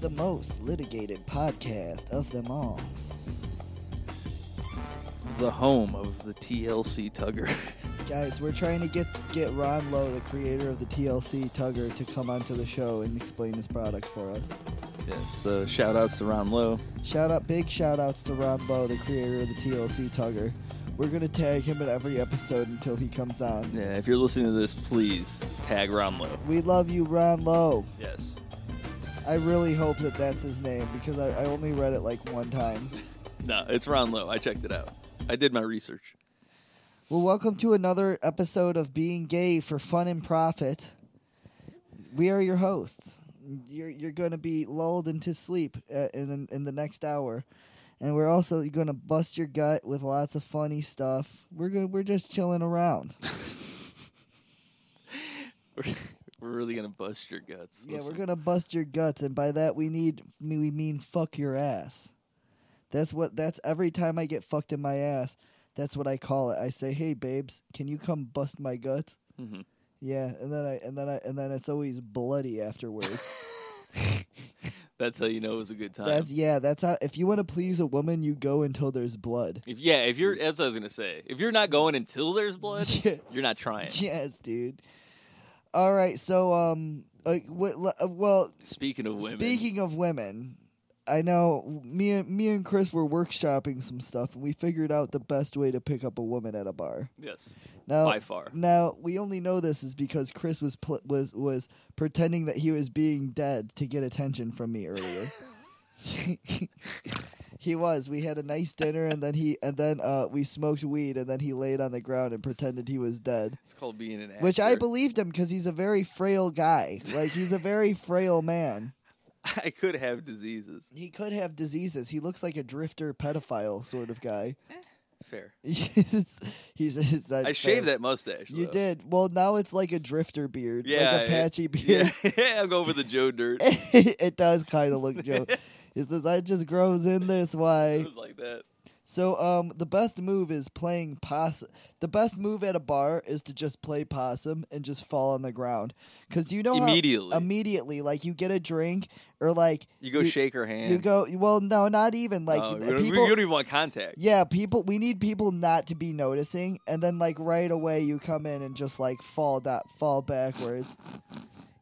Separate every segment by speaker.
Speaker 1: the most litigated podcast of them all.
Speaker 2: The home of the TLC Tugger.
Speaker 1: Guys, we're trying to get get Ron Lowe, the creator of the TLC Tugger, to come onto the show and explain his product for us.
Speaker 2: yes, uh, shout outs to Ron Lowe.
Speaker 1: Shout out, big shout outs to Ron Lowe, the creator of the TLC Tugger. We're gonna tag him in every episode until he comes on.
Speaker 2: Yeah, if you're listening to this, please tag Ron Lowe.
Speaker 1: We love you, Ron Lowe.
Speaker 2: Yes.
Speaker 1: I really hope that that's his name because I, I only read it like one time.
Speaker 2: No, it's Ron Lowe. I checked it out. I did my research.
Speaker 1: Well, welcome to another episode of Being Gay for Fun and Profit. We are your hosts. You're you're going to be lulled into sleep uh, in in the next hour, and we're also going to bust your gut with lots of funny stuff. We're going we're just chilling around.
Speaker 2: We're, we're really gonna bust your guts.
Speaker 1: yeah, we're
Speaker 2: Listen,
Speaker 1: going to bust your guts, and by that we need we mean fuck your ass. That's what that's every time I get fucked in my ass. That's what I call it. I say, "Hey, babes, can you come bust my guts?"
Speaker 2: mhm.
Speaker 1: Yeah, and then I and then I and then it's always bloody afterwards.
Speaker 2: That's how you know it was a good time.
Speaker 1: that's yeah, that's how if you want to please a woman, you go until there's blood.
Speaker 2: If yeah, if you're that's what I was gonna say. If you're not going until there's blood,
Speaker 1: Yeah.
Speaker 2: you're not trying.
Speaker 1: yes, dude. All right, so um like what le- uh, well,
Speaker 2: Speaking of women,
Speaker 1: speaking of women, I know me and me and Chris were workshopping some stuff and we figured out the best way to pick up a woman at a bar.
Speaker 2: yes,
Speaker 1: Now
Speaker 2: by far.
Speaker 1: Now we only know this is because Chris was pl- was was pretending that he was being dead to get attention from me earlier. he was. We had a nice dinner, and then he and then uh, we smoked weed, and then he laid on the ground and pretended he was dead,
Speaker 2: It's called being an actor.
Speaker 1: which I believed him because he's a very frail guy. Like he's a very frail man.
Speaker 2: I could have diseases.
Speaker 1: He could have diseases. He looks like a drifter pedophile sort of guy.
Speaker 2: Fair.
Speaker 1: he's, he's
Speaker 2: I shaved that mustache.
Speaker 1: You
Speaker 2: though.
Speaker 1: did. Well, now it's like a drifter beard,
Speaker 2: Yeah,
Speaker 1: like a
Speaker 2: it-
Speaker 1: patchy
Speaker 2: Yeah,
Speaker 1: beard.
Speaker 2: I'm going for the Joe Dirt. it
Speaker 1: it does kind of look Joe. It says, "I just grows in this way."
Speaker 2: was like that.
Speaker 1: So, um, the best move is playing possum. The best move at a bar is to just play possum and just fall on the ground. Cause you know how-
Speaker 2: Immediately.
Speaker 1: immediately, like you get a drink or like
Speaker 2: You go shake her hand.
Speaker 1: You go. Well, no, not even like
Speaker 2: Oh, we
Speaker 1: uh,
Speaker 2: don't, we-
Speaker 1: people.
Speaker 2: you don't even want contact.
Speaker 1: yeah, people. We need people not to be noticing, and then like right away you come in and just like fall that fall backwards.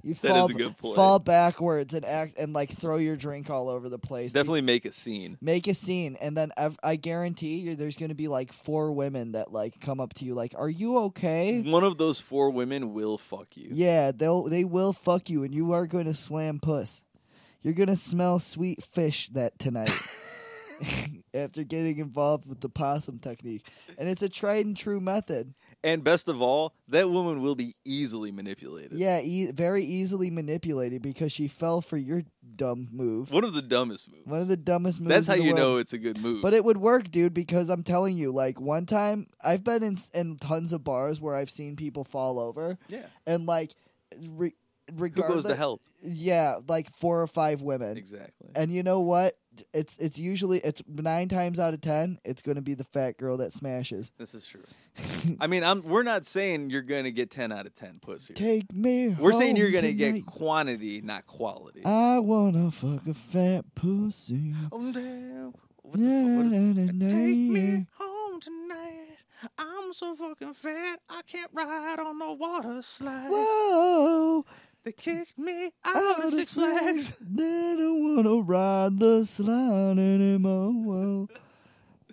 Speaker 1: You
Speaker 2: That is
Speaker 1: fall
Speaker 2: a good play.
Speaker 1: fall backwards and act and like throw your drink all over the place.
Speaker 2: Definitely make a scene.
Speaker 1: make a scene, and then ev- I guarantee you, there's gonna be like four women that like come up to you like, "Are you okay?"
Speaker 2: One of those four women will fuck you.
Speaker 1: Yeah, they'll they will fuck you, and you are gonna slam puss. You're gonna smell sweet fish that tonight. After getting involved with the possum technique, and it's a tried and true method.
Speaker 2: And best of all, that woman will be easily manipulated.
Speaker 1: Yeah, e- very easily manipulated because she fell for your dumb move.
Speaker 2: One of the dumbest moves.
Speaker 1: One of the dumbest moves.
Speaker 2: That's how
Speaker 1: in the
Speaker 2: you
Speaker 1: world.
Speaker 2: know it's a good move.
Speaker 1: But it would work, dude, because I'm telling you, like one time I've been in, s- in tons of bars where I've seen people fall over,
Speaker 2: yeah.
Speaker 1: and like, re-
Speaker 2: Who
Speaker 1: regardless,
Speaker 2: goes to help?
Speaker 1: yeah, like four or five women,
Speaker 2: Exactly.
Speaker 1: and you know what? It's it's usually it's nine times out of ten, it's gonna be the fat girl that smashes.
Speaker 2: This is true. I mean, I'm, we're not saying you're going to get 10 out of 10 puss here.
Speaker 1: Take me.
Speaker 2: We're saying you're
Speaker 1: home
Speaker 2: going to get
Speaker 1: tonight.
Speaker 2: quantity, not quality.
Speaker 1: I wanna fuck a fat pussy.
Speaker 2: I'm down. Oh, What the fuck- what is- Take
Speaker 1: Na-na-na-na.
Speaker 2: me home tonight. I'm so fucking fat, I can't ride on the water slide.
Speaker 1: Whoa,
Speaker 2: They kicked me
Speaker 1: out of Six Flags. They don't wanna ride the slide anymore.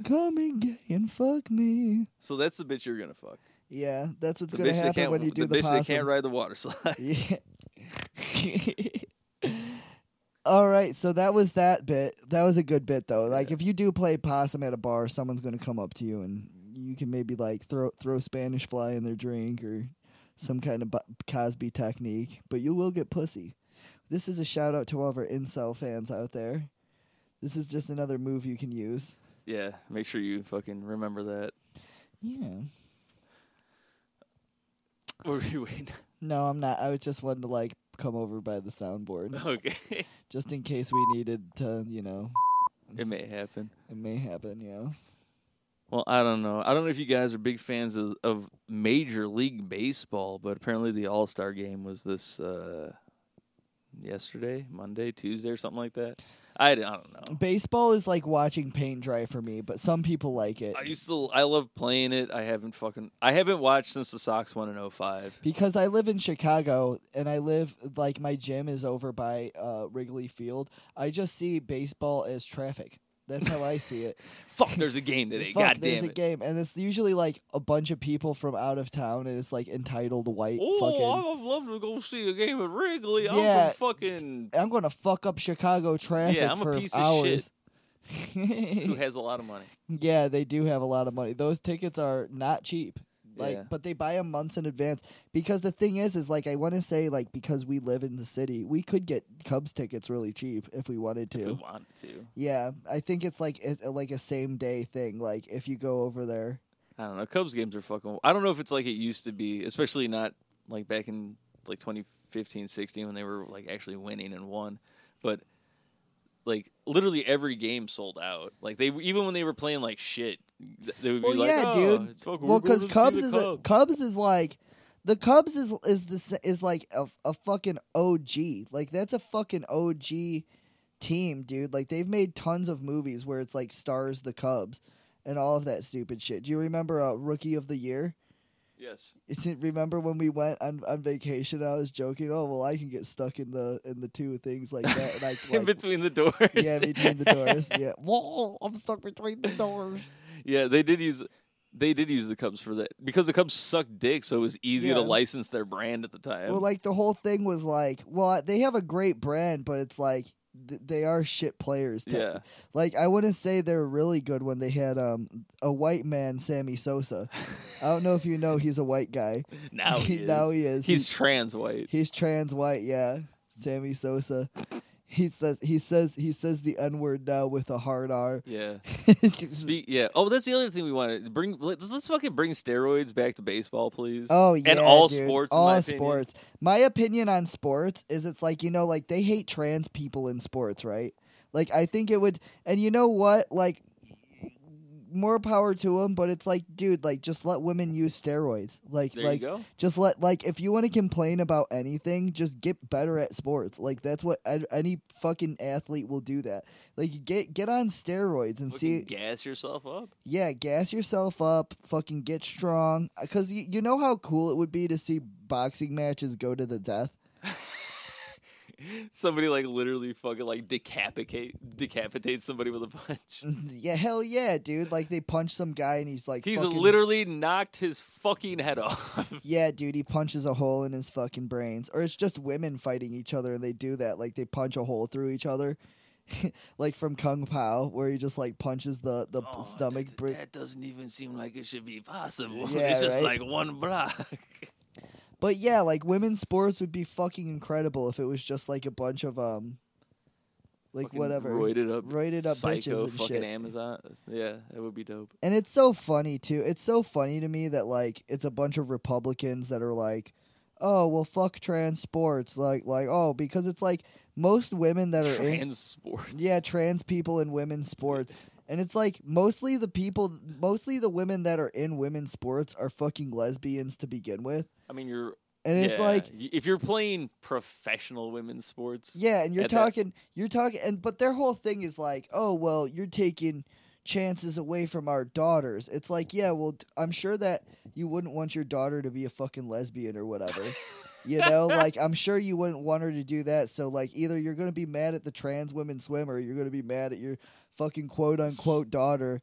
Speaker 1: Come and get and fuck me.
Speaker 2: So that's the bitch you're gonna fuck.
Speaker 1: Yeah, that's what's
Speaker 2: The
Speaker 1: gonna
Speaker 2: bitch that
Speaker 1: happen
Speaker 2: can't
Speaker 1: when you do the,
Speaker 2: bitch that
Speaker 1: possum.
Speaker 2: can't ride the water slide.
Speaker 1: Yeah. All right, so that was that bit. That was a good bit though. Like
Speaker 2: Yeah.
Speaker 1: if you do play possum at a bar, someone's going to come up to you and you can maybe like throw throw Spanish fly in their drink or some kind of bu- Cosby technique, but you will get pussy. This is a shout out to all of our incel fans out there. This is just another move you can use.
Speaker 2: yeah, make sure you fucking remember that.
Speaker 1: Yeah.
Speaker 2: What were you waiting?
Speaker 1: No, I'm not. I was just wanting to like come over by the soundboard
Speaker 2: Okay,
Speaker 1: just in case we needed to, you know,
Speaker 2: it may happen.
Speaker 1: it may happen, you know.
Speaker 2: Well, I don't know. I don't know if you guys are big fans of, of Major League Baseball, but apparently the All Star Game was this uh, yesterday, Monday, Tuesday, or something like that. I, d- I don't know.
Speaker 1: Baseball is like watching paint dry for me, but some people like it
Speaker 2: I used to. I love playing it. I haven't fucking. I haven't watched since the Sox won in 05.
Speaker 1: because I live in Chicago and I live like my gym is over by uh, Wrigley Field. I just see baseball as traffic. That's how I see it.
Speaker 2: Fuck, there's a game today.
Speaker 1: Fuck,
Speaker 2: God
Speaker 1: there's
Speaker 2: damn
Speaker 1: a
Speaker 2: it.
Speaker 1: game, and it's usually like a bunch of people from out of town, and it's like entitled white fucking.
Speaker 2: I'd love to go see a game at Wrigley.
Speaker 1: I'm Yeah.
Speaker 2: from fucking
Speaker 1: I'm gonna fuck up Chicago traffic
Speaker 2: I'm a
Speaker 1: for
Speaker 2: piece of
Speaker 1: hours.
Speaker 2: who has a lot of money.
Speaker 1: yeah, they do have a lot of money. Those tickets are not cheap. Like,
Speaker 2: Yeah.
Speaker 1: but they buy them months in advance because the thing is, is like I want to say, like because we live in the city, we could get Cubs tickets really cheap if we wanted
Speaker 2: If
Speaker 1: to.
Speaker 2: we wanted to.
Speaker 1: yeah, I think it's like it's uh, like a same day thing. Like if you go over there,
Speaker 2: I don't know. Cubs games are fucking. I don't know if it's like it used to be, especially not like back in like 2015, 16 when they were like actually winning and won. But like literally every game sold out. Like they even when they were playing like shit, th- they would
Speaker 1: Well,
Speaker 2: be like,
Speaker 1: yeah,
Speaker 2: "Oh,
Speaker 1: dude.
Speaker 2: it's fucking-
Speaker 1: well,
Speaker 2: we're going
Speaker 1: because
Speaker 2: to see
Speaker 1: Cubs
Speaker 2: the
Speaker 1: is a,
Speaker 2: Cubs."
Speaker 1: Cubs is like the Cubs is is the s- is like a, a fucking OG. Like that's a fucking OG team, dude. Like they've made tons of movies where it's like stars the Cubs and all of that stupid shit. Do you remember uh, Rookie of the Year?
Speaker 2: yes.
Speaker 1: It's, remember when we went on, on vacation? I was joking. Oh well, I can get stuck in the in the two things like that, and I
Speaker 2: in
Speaker 1: like,
Speaker 2: between the doors.
Speaker 1: yeah between the doors. Yeah, whoa, I'm stuck between the doors.
Speaker 2: Yeah, they did use they did use the Cubs for that because the Cubs sucked dick, so it was easy to
Speaker 1: Yeah.
Speaker 2: license their brand at the time.
Speaker 1: Well, like the whole thing was like, well, they have a great brand, but it's like th- they are shit players. tech-
Speaker 2: yeah,
Speaker 1: Like I wouldn't say they're really good when they had um a white man, Sammy Sosa. I don't know if you know, he's a white guy.
Speaker 2: now he is.
Speaker 1: now he is.
Speaker 2: He's trans white.
Speaker 1: He- he's trans white. Yeah, Sammy Sosa. He says he says he says the n word now with a hard R.
Speaker 2: Yeah. Speak, yeah. Oh, that's the other thing we wanted. Bring let's, let's fucking bring steroids back to baseball, please.
Speaker 1: Oh yeah,
Speaker 2: and all
Speaker 1: dude.
Speaker 2: sports. in
Speaker 1: all
Speaker 2: my opinion.
Speaker 1: sports. My opinion on sports is it's like you know, like they hate trans people in sports, right? Like I think it would, and you know what, like more power to them. But it's like, dude, like just let women use steroids. Like,
Speaker 2: There
Speaker 1: like
Speaker 2: you go.
Speaker 1: just let like if you want to complain about anything, just get better at sports. Like that's what a- any fucking athlete will do. That like get get on steroids and see
Speaker 2: Fucking gas yourself up.
Speaker 1: yeah, gas yourself up, fucking get strong. Because you, you know how cool it would be to see boxing matches go to the death?
Speaker 2: Somebody like literally fucking like decapitate decapitate somebody with a punch.
Speaker 1: yeah, hell yeah, dude. Like they punch some guy and he's like,
Speaker 2: He's
Speaker 1: fucking,
Speaker 2: literally knocked his fucking head off.
Speaker 1: Yeah, dude, he punches a hole in his fucking brains. Or it's just women fighting each other and they do that. Like they punch a hole through each other. like from Kung Pao, where he just like punches the, the
Speaker 2: Oh,
Speaker 1: stomach.
Speaker 2: That,
Speaker 1: bri-
Speaker 2: that doesn't even seem like it should be possible.
Speaker 1: Yeah,
Speaker 2: it's just
Speaker 1: right?
Speaker 2: like one block.
Speaker 1: But yeah, like women's sports would be fucking incredible if it was just like a bunch of um, like
Speaker 2: Fucking
Speaker 1: whatever
Speaker 2: Roided up.
Speaker 1: roided up
Speaker 2: psycho
Speaker 1: bitches and
Speaker 2: fucking
Speaker 1: shit.
Speaker 2: Amazon. Yeah, that would be dope.
Speaker 1: And it's so funny too. It's so funny to me that like it's a bunch of Republicans that are like, "Oh, well fuck trans sports." Like like, "Oh, because it's like most women that are in
Speaker 2: Trans sports.
Speaker 1: eh? yeah, trans people in women's sports. And it's like mostly the people mostly the women that are in women's sports are fucking lesbians to begin with.
Speaker 2: I mean, you're.
Speaker 1: And it's
Speaker 2: yeah,
Speaker 1: like
Speaker 2: y- if you're playing professional women's sports.
Speaker 1: Yeah, and you're
Speaker 2: at that-
Speaker 1: talking, you're talking, and but their whole thing is like, oh well, you're taking chances away from our daughters. It's like, yeah, well, t- I'm sure that you wouldn't want your daughter to be a fucking lesbian or whatever. You know, like I'm sure you wouldn't want her to do that. So like either you're going to be mad at the trans women swimmer, or you're going to be mad at your fucking quote unquote daughter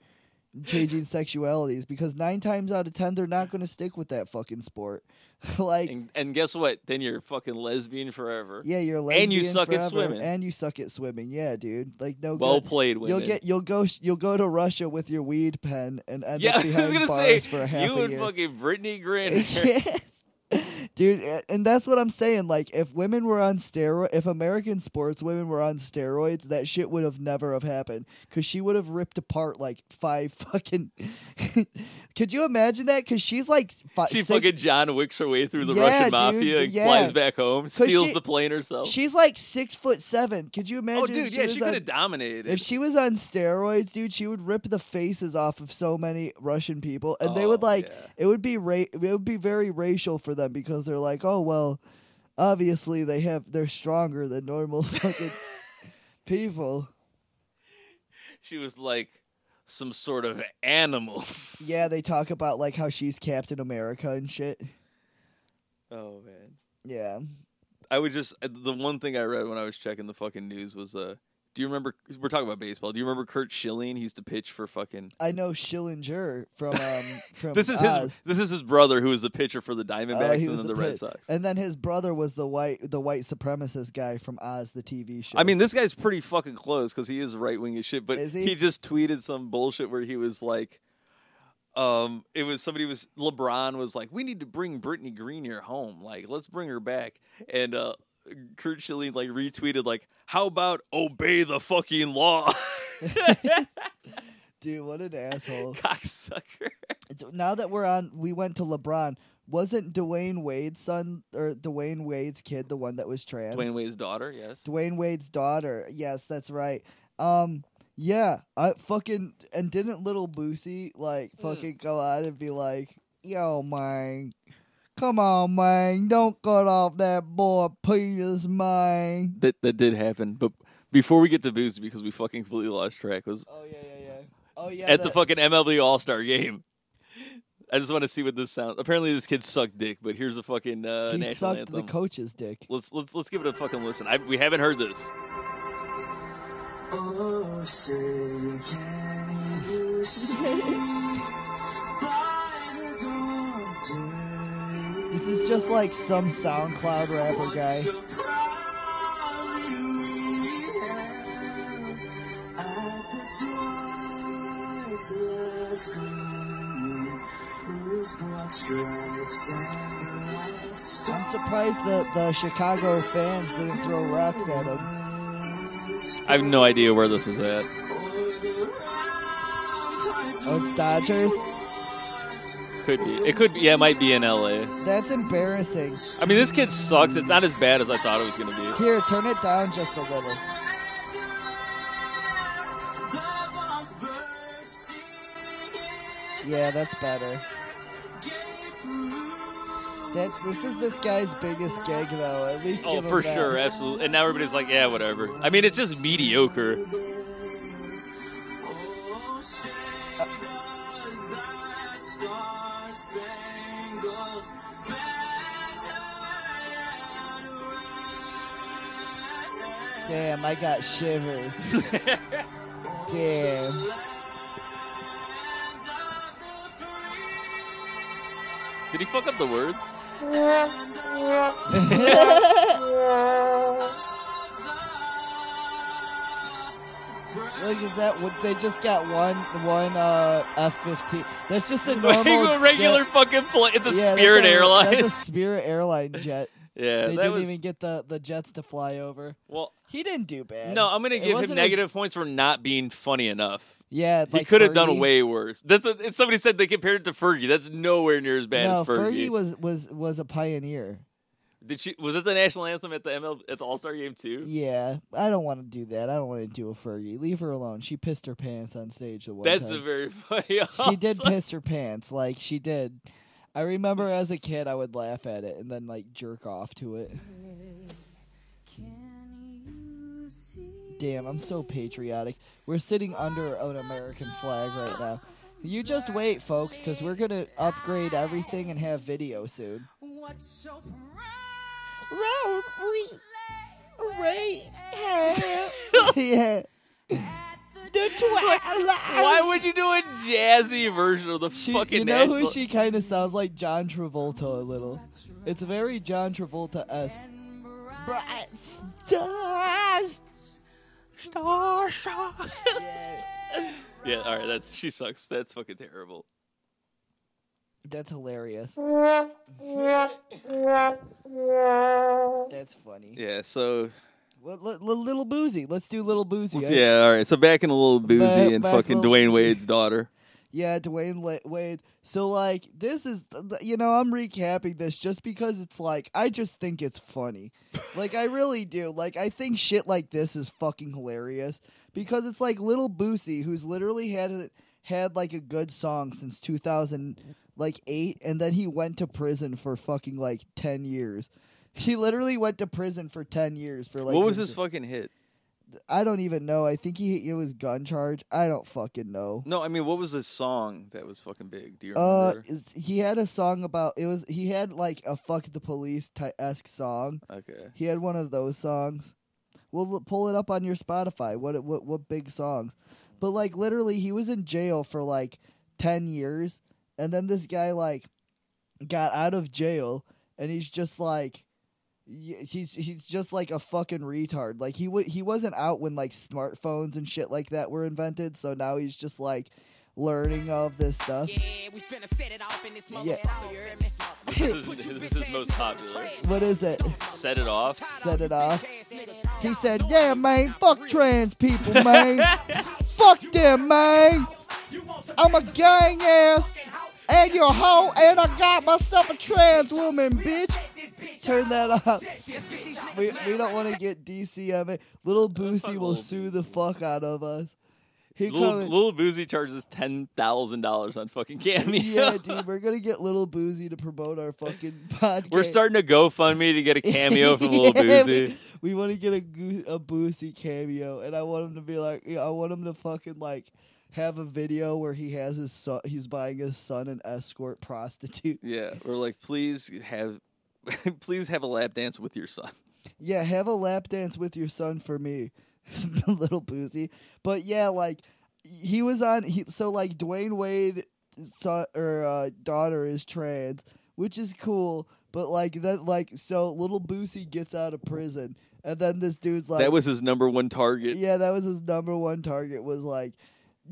Speaker 1: changing sexualities because 9 times out of 10 they're not going to stick with that fucking sport. like
Speaker 2: And, and guess what? Then you're fucking lesbian forever.
Speaker 1: yeah, you're a lesbian
Speaker 2: And you suck
Speaker 1: forever,
Speaker 2: at swimming.
Speaker 1: And you suck at swimming. Yeah, dude. Like no.
Speaker 2: well
Speaker 1: good.
Speaker 2: played, women.
Speaker 1: You'll get. You'll go. s- You'll go to Russia with your weed pen and end up
Speaker 2: yeah, I was
Speaker 1: behind
Speaker 2: gonna
Speaker 1: bars
Speaker 2: say
Speaker 1: for a half
Speaker 2: you
Speaker 1: a
Speaker 2: and
Speaker 1: year.
Speaker 2: fucking Brittany Griner.
Speaker 1: yes. Dude, a- and that's what I'm saying. Like, if women were on steroids, if American sports women were on steroids, that shit would have never have happened. Cause she would have ripped apart like five fucking. Could you imagine that? Cause she's like five,
Speaker 2: She fucking John Wicks her way through the
Speaker 1: Yeah,
Speaker 2: Russian
Speaker 1: dude,
Speaker 2: mafia and
Speaker 1: yeah.
Speaker 2: flies back home, steals
Speaker 1: she-
Speaker 2: the plane herself.
Speaker 1: She's like six foot seven. Could you imagine?
Speaker 2: oh,
Speaker 1: if
Speaker 2: dude, yeah,
Speaker 1: was
Speaker 2: she
Speaker 1: on-
Speaker 2: could have dominated.
Speaker 1: If she was on steroids, dude, she would rip the faces off of so many Russian people, and they would
Speaker 2: Oh,
Speaker 1: like
Speaker 2: yeah.
Speaker 1: it would be ra- it would be very racial for them because they're like, oh well, obviously they have they're stronger than normal fucking people.
Speaker 2: She was like some sort of animal.
Speaker 1: Yeah, they talk about like how she's Captain America and shit.
Speaker 2: Oh man.
Speaker 1: Yeah.
Speaker 2: I would just uh, the one thing I read when I was checking the fucking news was uh do you remember we're talking about baseball? Do you remember Kurt Schilling? He used to pitch for fucking
Speaker 1: I know Schillinger from um from
Speaker 2: This is
Speaker 1: Oz.
Speaker 2: his this is his brother who was the pitcher for the
Speaker 1: Oh, he
Speaker 2: Diamondbacks
Speaker 1: was
Speaker 2: and then the, Red
Speaker 1: pit-
Speaker 2: Sox.
Speaker 1: And then his brother was the white the white supremacist guy from Oz the TV show.
Speaker 2: I mean, this guy's pretty fucking close because he is right wing as shit. But
Speaker 1: Is
Speaker 2: he?
Speaker 1: he?
Speaker 2: just tweeted some bullshit where he was like, um, it was somebody was LeBron was like, we need to bring Brittany Greener home. Like, let's bring her back. And uh, Kurt Schilling like retweeted like, how about obey the fucking law,
Speaker 1: dude, what an asshole.
Speaker 2: cocksucker?
Speaker 1: It's- now that we're on we went to LeBron, wasn't Dwayne Wade's son or Dwayne Wade's kid the one that was trans?
Speaker 2: Dwayne Wade's daughter, yes.
Speaker 1: Dwayne Wade's daughter. Yes, that's right. Um, yeah, I fucking and didn't little Boosie like fucking go out and be like, "Yo, man, come on, man, don't cut off that boy penis, man."
Speaker 2: That that did happen, but. Before we get to booze, because we fucking completely lost track, was
Speaker 1: Oh yeah, yeah, yeah. Oh yeah.
Speaker 2: at the fucking MLB All Star game. I just want to see what this sounds. Apparently, this kid sucked dick, but here's a fucking uh,
Speaker 1: he
Speaker 2: national
Speaker 1: sucked
Speaker 2: anthem.
Speaker 1: the coach's dick.
Speaker 2: let's let's let's give it a fucking listen. I, we haven't heard this.
Speaker 3: Oh, say can you see by the dawn's early
Speaker 1: This is just like some SoundCloud rapper guy.
Speaker 3: So proudly we hailed at the joy's last gleaming, whose broad stripes and white
Speaker 1: I'm surprised that the Chicago fans didn't throw rocks at him.
Speaker 3: stars
Speaker 2: I have no idea where this was at.
Speaker 3: o'er the round hearts
Speaker 1: Oh, it's Dodgers.
Speaker 2: Could be. It could. Be, yeah, it might be in L.A.
Speaker 1: That's embarrassing.
Speaker 2: I mean, this kid sucks. It's not as bad as I thought it was gonna be.
Speaker 1: Here, turn it down just a little.
Speaker 3: The bombs bursting
Speaker 1: Yeah, that's better.
Speaker 3: in
Speaker 1: That this is this guy's biggest gig though. At least
Speaker 2: Oh,
Speaker 1: give him
Speaker 2: for
Speaker 1: that.
Speaker 2: sure, absolutely. And now everybody's like, yeah, whatever. I mean, it's just mediocre.
Speaker 3: Oh, say does that star-spangled banner
Speaker 1: Damn, I got shivers. Damn.
Speaker 3: land of the
Speaker 2: Did he fuck up the words?
Speaker 1: Look, is that what they just got one one uh F fifteen? That's just a normal
Speaker 2: a regular
Speaker 1: jet.
Speaker 2: fucking plane. It's a
Speaker 1: Yeah, that's
Speaker 2: Spirit
Speaker 1: a-
Speaker 2: airline.
Speaker 1: That's a Spirit airline jet.
Speaker 2: yeah,
Speaker 1: they
Speaker 2: that
Speaker 1: didn't
Speaker 2: was
Speaker 1: even get the the jets to fly over.
Speaker 2: well.
Speaker 1: He didn't do bad.
Speaker 2: No, I'm gonna
Speaker 1: It
Speaker 2: give him
Speaker 1: wasn't
Speaker 2: negative points for not being funny enough.
Speaker 1: As, yeah,
Speaker 2: He
Speaker 1: like
Speaker 2: could have done
Speaker 1: Fergie.
Speaker 2: way worse. That's a, and somebody said they compared it to Fergie. That's nowhere near as bad
Speaker 1: No,
Speaker 2: as Fergie.
Speaker 1: Fergie was was was a pioneer.
Speaker 2: Did she was it the national anthem at the ML at the All Star game too?
Speaker 1: Yeah, I don't want to do that. I don't want to do a Fergie. Leave her alone. She pissed her pants on stage the one
Speaker 2: That's a
Speaker 1: time.
Speaker 2: very funny.
Speaker 1: she did piss her pants. Like she did. I remember as a kid, I would laugh at it and then like jerk off to it. Damn, I'm so patriotic. We're sitting under an American flag right now. You just wait, folks, because we're gonna upgrade everything and have video soon.
Speaker 4: What's so
Speaker 1: Round
Speaker 4: proud
Speaker 1: yeah.
Speaker 4: at the
Speaker 2: Why would you do a jazzy version of the
Speaker 1: She,
Speaker 2: fucking
Speaker 1: you know
Speaker 2: national?
Speaker 1: who she kind of sounds like John Travolta a little. It's very John Travolta esque. Bright stars.
Speaker 5: Star shot.
Speaker 2: yeah, all right. That's she sucks. That's fucking terrible.
Speaker 1: That's hilarious. That's funny.
Speaker 2: Yeah. So
Speaker 1: Well, li- li- little boozy. Let's do little boozy. I-
Speaker 2: All right. So back in a little boozy
Speaker 1: Back- and back fucking little Dwayne boozy. Wade's
Speaker 2: daughter.
Speaker 1: Yeah, Dwayne La- Wade. So like this is th- th- you know, I'm recapping this just because it's like I just think it's funny. like I really do. Like I think shit like this is fucking hilarious because it's like little Boosie who's literally had had like a good song since 2000 like 8 and then he went to prison for fucking like 10 years. He literally went to prison for ten years for like.
Speaker 2: what was his fucking hit?
Speaker 1: I don't even know. I think he it was gun charge. I don't fucking know.
Speaker 2: No, I mean, what was this song that was fucking big? Do you
Speaker 1: Uh,
Speaker 2: remember?
Speaker 1: is- he had a song about it was he had like a fuck the police ty- esque song.
Speaker 2: okay.
Speaker 1: He had one of those songs. We'll l- pull it up on your Spotify. What what what big songs? But like literally, he was in jail for like ten years, and then this guy like got out of jail, and he's just like. y- He's he's just like a fucking retard. Like he w- he wasn't out when like smartphones and shit like that were invented. So now he's just like learning all of this stuff.
Speaker 3: Yeah, we finna set it off in this mother.
Speaker 1: Yeah.
Speaker 3: You heard me?
Speaker 2: This is, this is most popular.
Speaker 1: What is it?
Speaker 2: Set it off.
Speaker 1: Set it off. He said, "Yeah, man, fuck trans people, man. fuck them, man. I'm a gang ass and your hoe, and I got myself a trans woman, bitch. Turn that up. We, we don't want to get DCM. Little Boosie will
Speaker 2: Little
Speaker 1: sue the fuck out of us. He
Speaker 2: Little,
Speaker 1: coming-
Speaker 2: Little Boozy charges ten thousand dollars on fucking Cameo.
Speaker 1: yeah, dude, we're gonna get Little Boozy to promote our fucking podcast.
Speaker 2: We're starting to GoFundMe to get a cameo from Little
Speaker 1: Yeah,
Speaker 2: Boozy.
Speaker 1: We, want to get a Goo- a Boosie cameo, and I want him to be like, yeah, I want him to fucking like have a video where he has his son, he's buying his son an escort prostitute.
Speaker 2: Yeah, we're like, please have, please have a lap dance with your son.
Speaker 1: Yeah, have a lap dance with your son for me, little Boozy. But yeah, like he was on. He, so like Dwayne Wade, son or uh, daughter is trans, which is cool. But like that, like so, little Boosie gets out of prison, and then this dude's like,
Speaker 2: That was his number one target.
Speaker 1: Yeah, that was his number one target. Was like,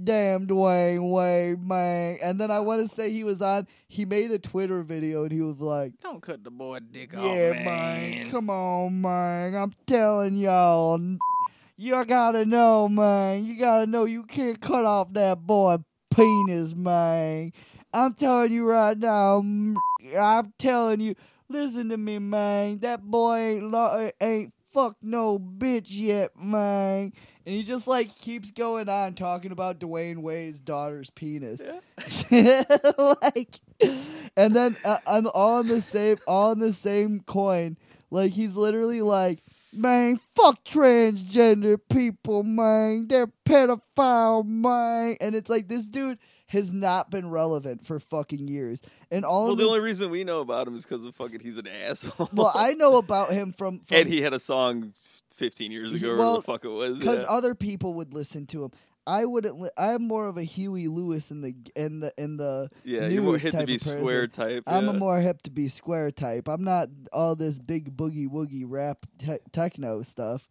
Speaker 1: damn Dwayne Wade, man. And then I want to say he was on. He made a Twitter video and he was like,
Speaker 6: Don't cut the boy dick
Speaker 2: "Oh,
Speaker 6: off,
Speaker 1: yeah,
Speaker 6: man.
Speaker 1: man, come on, man. I'm telling y'all, n- you gotta know, man. You gotta know you can't cut off that boy penis, man. I'm telling you right now. m- I'm telling you. Listen to me, man. That boy ain't lo- uh, ain't fucked no bitch yet, man. And he just like keeps going on talking about Dwayne Wade's daughter's penis, like, and then uh, on all on the same all on the same coin. Like he's literally like, man, fuck transgender people, man. They're pedophile, man. And it's like this dude has not been relevant for fucking years, and all
Speaker 2: Well,
Speaker 1: of
Speaker 2: the
Speaker 1: this-
Speaker 2: only reason we know about him is because of fucking he's an asshole.
Speaker 1: well, I know about him from, from
Speaker 2: and he had a song 15 years
Speaker 1: He-
Speaker 2: ago, or
Speaker 1: well,
Speaker 2: the fuck it was.
Speaker 1: because
Speaker 2: yeah.
Speaker 1: other people would listen to him. I wouldn't. Li- I'm more of a Huey Lewis in the in the in the
Speaker 2: Yeah, you're more
Speaker 1: news
Speaker 2: hit
Speaker 1: type
Speaker 2: to
Speaker 1: of
Speaker 2: be
Speaker 1: person.
Speaker 2: square type.
Speaker 1: I'm a
Speaker 2: yeah.
Speaker 1: more hip to be square type. I'm not all this big boogie woogie rap te- techno stuff.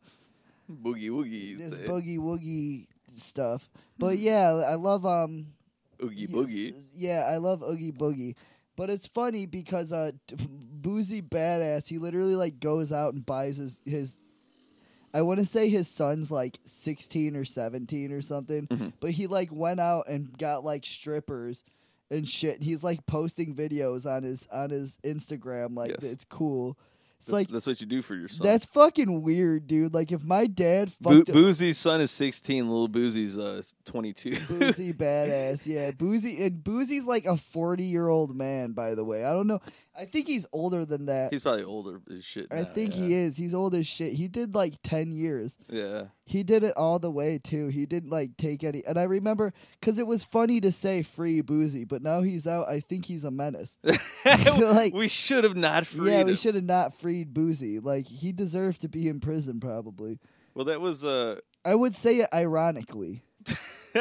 Speaker 2: boogie woogie. you
Speaker 1: This
Speaker 2: say. Hmm.
Speaker 1: boogie woogie stuff. But yeah, I love um
Speaker 2: Oogie
Speaker 1: Yes,
Speaker 2: boogie.
Speaker 1: Yeah, I love Oogie Boogie. But it's funny because uh, t- Boozy Badass, he literally like goes out and buys his his. I want to say his son's like sixteen or seventeen or something,
Speaker 2: Mm-hmm.
Speaker 1: but he like went out and got like strippers and shit. He's like posting videos on his on his Instagram, like
Speaker 2: Yes.
Speaker 1: it's cool. It's
Speaker 2: That's,
Speaker 1: like
Speaker 2: that's what you do for your son.
Speaker 1: that's fucking weird, dude. Like if my dad
Speaker 2: Boo-
Speaker 1: fucked a-
Speaker 2: Boozy's son is 16. Little Boozy's uh 22.
Speaker 1: Boozy badass, yeah. Boozy and Boozy's like a forty year old man, by the way. I don't know. I think he's older than that.
Speaker 2: He's probably older as shit.
Speaker 1: I think he is. He's old as shit. He did like ten years.
Speaker 2: Yeah.
Speaker 1: He did it all the way too. He didn't like take any. And I remember because it was funny to say free Boozy, but now he's out. I think he's a menace. Like-
Speaker 2: we should have not freed
Speaker 1: yeah, we
Speaker 2: him.
Speaker 1: should have not freed Boozy. Like he deserved to be in prison, probably.
Speaker 2: Well, that was uh
Speaker 1: I would say it ironically,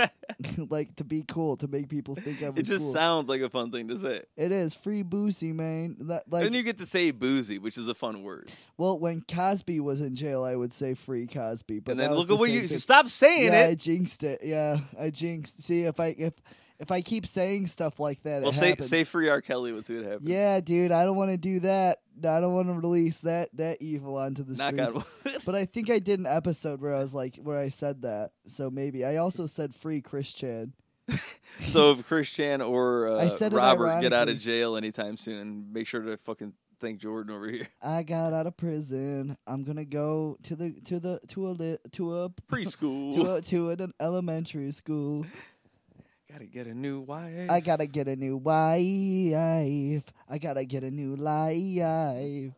Speaker 1: like to be cool, to make people think I was
Speaker 2: it just
Speaker 1: cool.
Speaker 2: sounds like a fun thing to say.
Speaker 1: It is free boozy, man. That, like,
Speaker 2: and you get to say boozy, which is a fun word.
Speaker 1: well, when Cosby was in jail, I would say free Cosby, but
Speaker 2: and
Speaker 1: that
Speaker 2: then
Speaker 1: was
Speaker 2: look at
Speaker 1: the
Speaker 2: what
Speaker 1: same
Speaker 2: you
Speaker 1: thing.
Speaker 2: stop saying
Speaker 1: Yeah, I
Speaker 2: it.
Speaker 1: jinxed it. Yeah, I jinxed. See, if I if if I keep saying stuff like that,
Speaker 2: Well,
Speaker 1: it
Speaker 2: say
Speaker 1: happens.
Speaker 2: say free R. Kelly. Let's see what happens.
Speaker 1: yeah, dude, I don't want to do that. I don't want to release that that evil onto the
Speaker 2: Knock
Speaker 1: streets.
Speaker 2: on wood.
Speaker 1: But I think I did an episode where I was like, where I said that. So maybe I also said free Christian.
Speaker 2: So if Christian or uh,
Speaker 1: I said it
Speaker 2: Robert get out of
Speaker 1: ironically.
Speaker 2: jail anytime soon, make sure to fucking thank Jordan over here.
Speaker 1: I got out of prison. I'm gonna go to the to the to a li- to a to
Speaker 2: Preschool.
Speaker 1: a, to an elementary school.
Speaker 2: Gotta get a new wife.
Speaker 1: I gotta get a new wife. I gotta get a new life.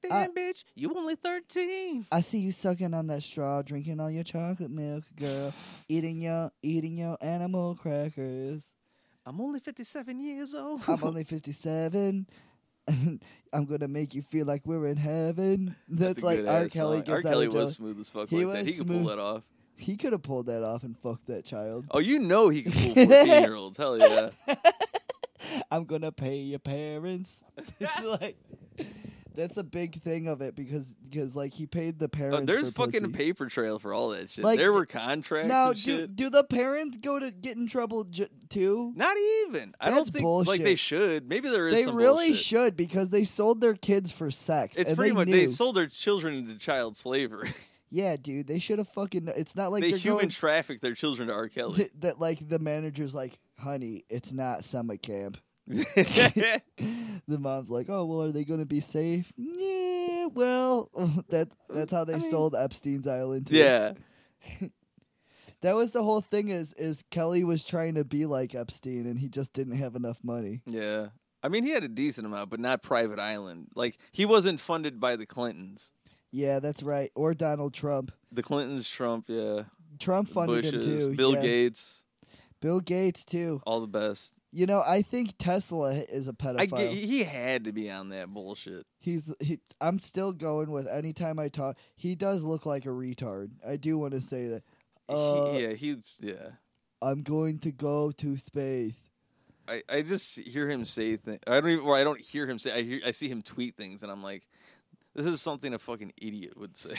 Speaker 7: Damn, bitch, you only 13.
Speaker 1: I see you sucking on that straw, drinking all your chocolate milk, girl, eating your eating your animal crackers.
Speaker 7: I'm only 57 years old.
Speaker 1: I'm only 57. and I'm gonna make you feel like we're in heaven. That's,
Speaker 2: a
Speaker 1: like
Speaker 2: good
Speaker 1: R.
Speaker 2: ass
Speaker 1: Kelly.
Speaker 2: song.
Speaker 1: Gets
Speaker 2: R. Kelly
Speaker 1: out of
Speaker 2: was
Speaker 1: jail.
Speaker 2: smooth as fuck
Speaker 1: He
Speaker 2: like
Speaker 1: was
Speaker 2: that. He could pull
Speaker 1: smooth.
Speaker 2: that off.
Speaker 1: He could have pulled that off and fucked that child.
Speaker 2: Oh, you know he can pull 14 year olds. Hell yeah.
Speaker 1: I'm gonna pay your parents. it's like that's a big thing of it because because like he paid the
Speaker 2: Uh,
Speaker 1: parents.
Speaker 2: there's
Speaker 1: for
Speaker 2: fucking
Speaker 1: pussy.
Speaker 2: paper trail for all that shit.
Speaker 1: Like,
Speaker 2: there were contracts
Speaker 1: Now,
Speaker 2: and
Speaker 1: do,
Speaker 2: shit.
Speaker 1: do the parents go to get in trouble j- too?
Speaker 2: Not even. I don't
Speaker 1: That's
Speaker 2: think like they
Speaker 1: bullshit.
Speaker 2: should. Maybe there is.
Speaker 1: They
Speaker 2: some
Speaker 1: really
Speaker 2: bullshit.
Speaker 1: should because they sold their kids for sex.
Speaker 2: It's
Speaker 1: and
Speaker 2: pretty
Speaker 1: they
Speaker 2: much
Speaker 1: knew.
Speaker 2: they sold their children into child slavery.
Speaker 1: Yeah, dude, they should have fucking. It's not like
Speaker 2: they
Speaker 1: are
Speaker 2: human
Speaker 1: going
Speaker 2: trafficked their children to R. Kelly.
Speaker 1: to- that like the manager's like, honey, it's not summer camp. The mom's like, oh well, are they going to be safe? Yeah, well, that that's how they sold Epstein's Island. too.
Speaker 2: Uh, yeah.
Speaker 1: that was the whole thing. Is is Kelly was trying to be like Epstein, and he just didn't have enough money.
Speaker 2: Yeah. I mean, he had a decent amount, but not private island. Like he wasn't funded by the Clintons.
Speaker 1: Yeah, that's right. Or Donald Trump.
Speaker 2: The Clintons, Trump, yeah,
Speaker 1: Trump funded
Speaker 2: Bushes,
Speaker 1: him too.
Speaker 2: Bill
Speaker 1: yeah.
Speaker 2: Gates,
Speaker 1: Bill Gates too.
Speaker 2: all the best.
Speaker 1: You know, I think Tesla is a pedophile.
Speaker 2: I get, he had to be on that bullshit.
Speaker 1: He's he, I'm still going with anytime I talk. He does look like a retard. I do want to say that.
Speaker 2: He-
Speaker 1: Uh,
Speaker 2: yeah, he yeah.
Speaker 1: I'm going to go to space.
Speaker 2: I, I just hear him say things. I don't even. Or I don't hear him say. I hear. I see him tweet things, and I'm like, this is something a fucking idiot would say.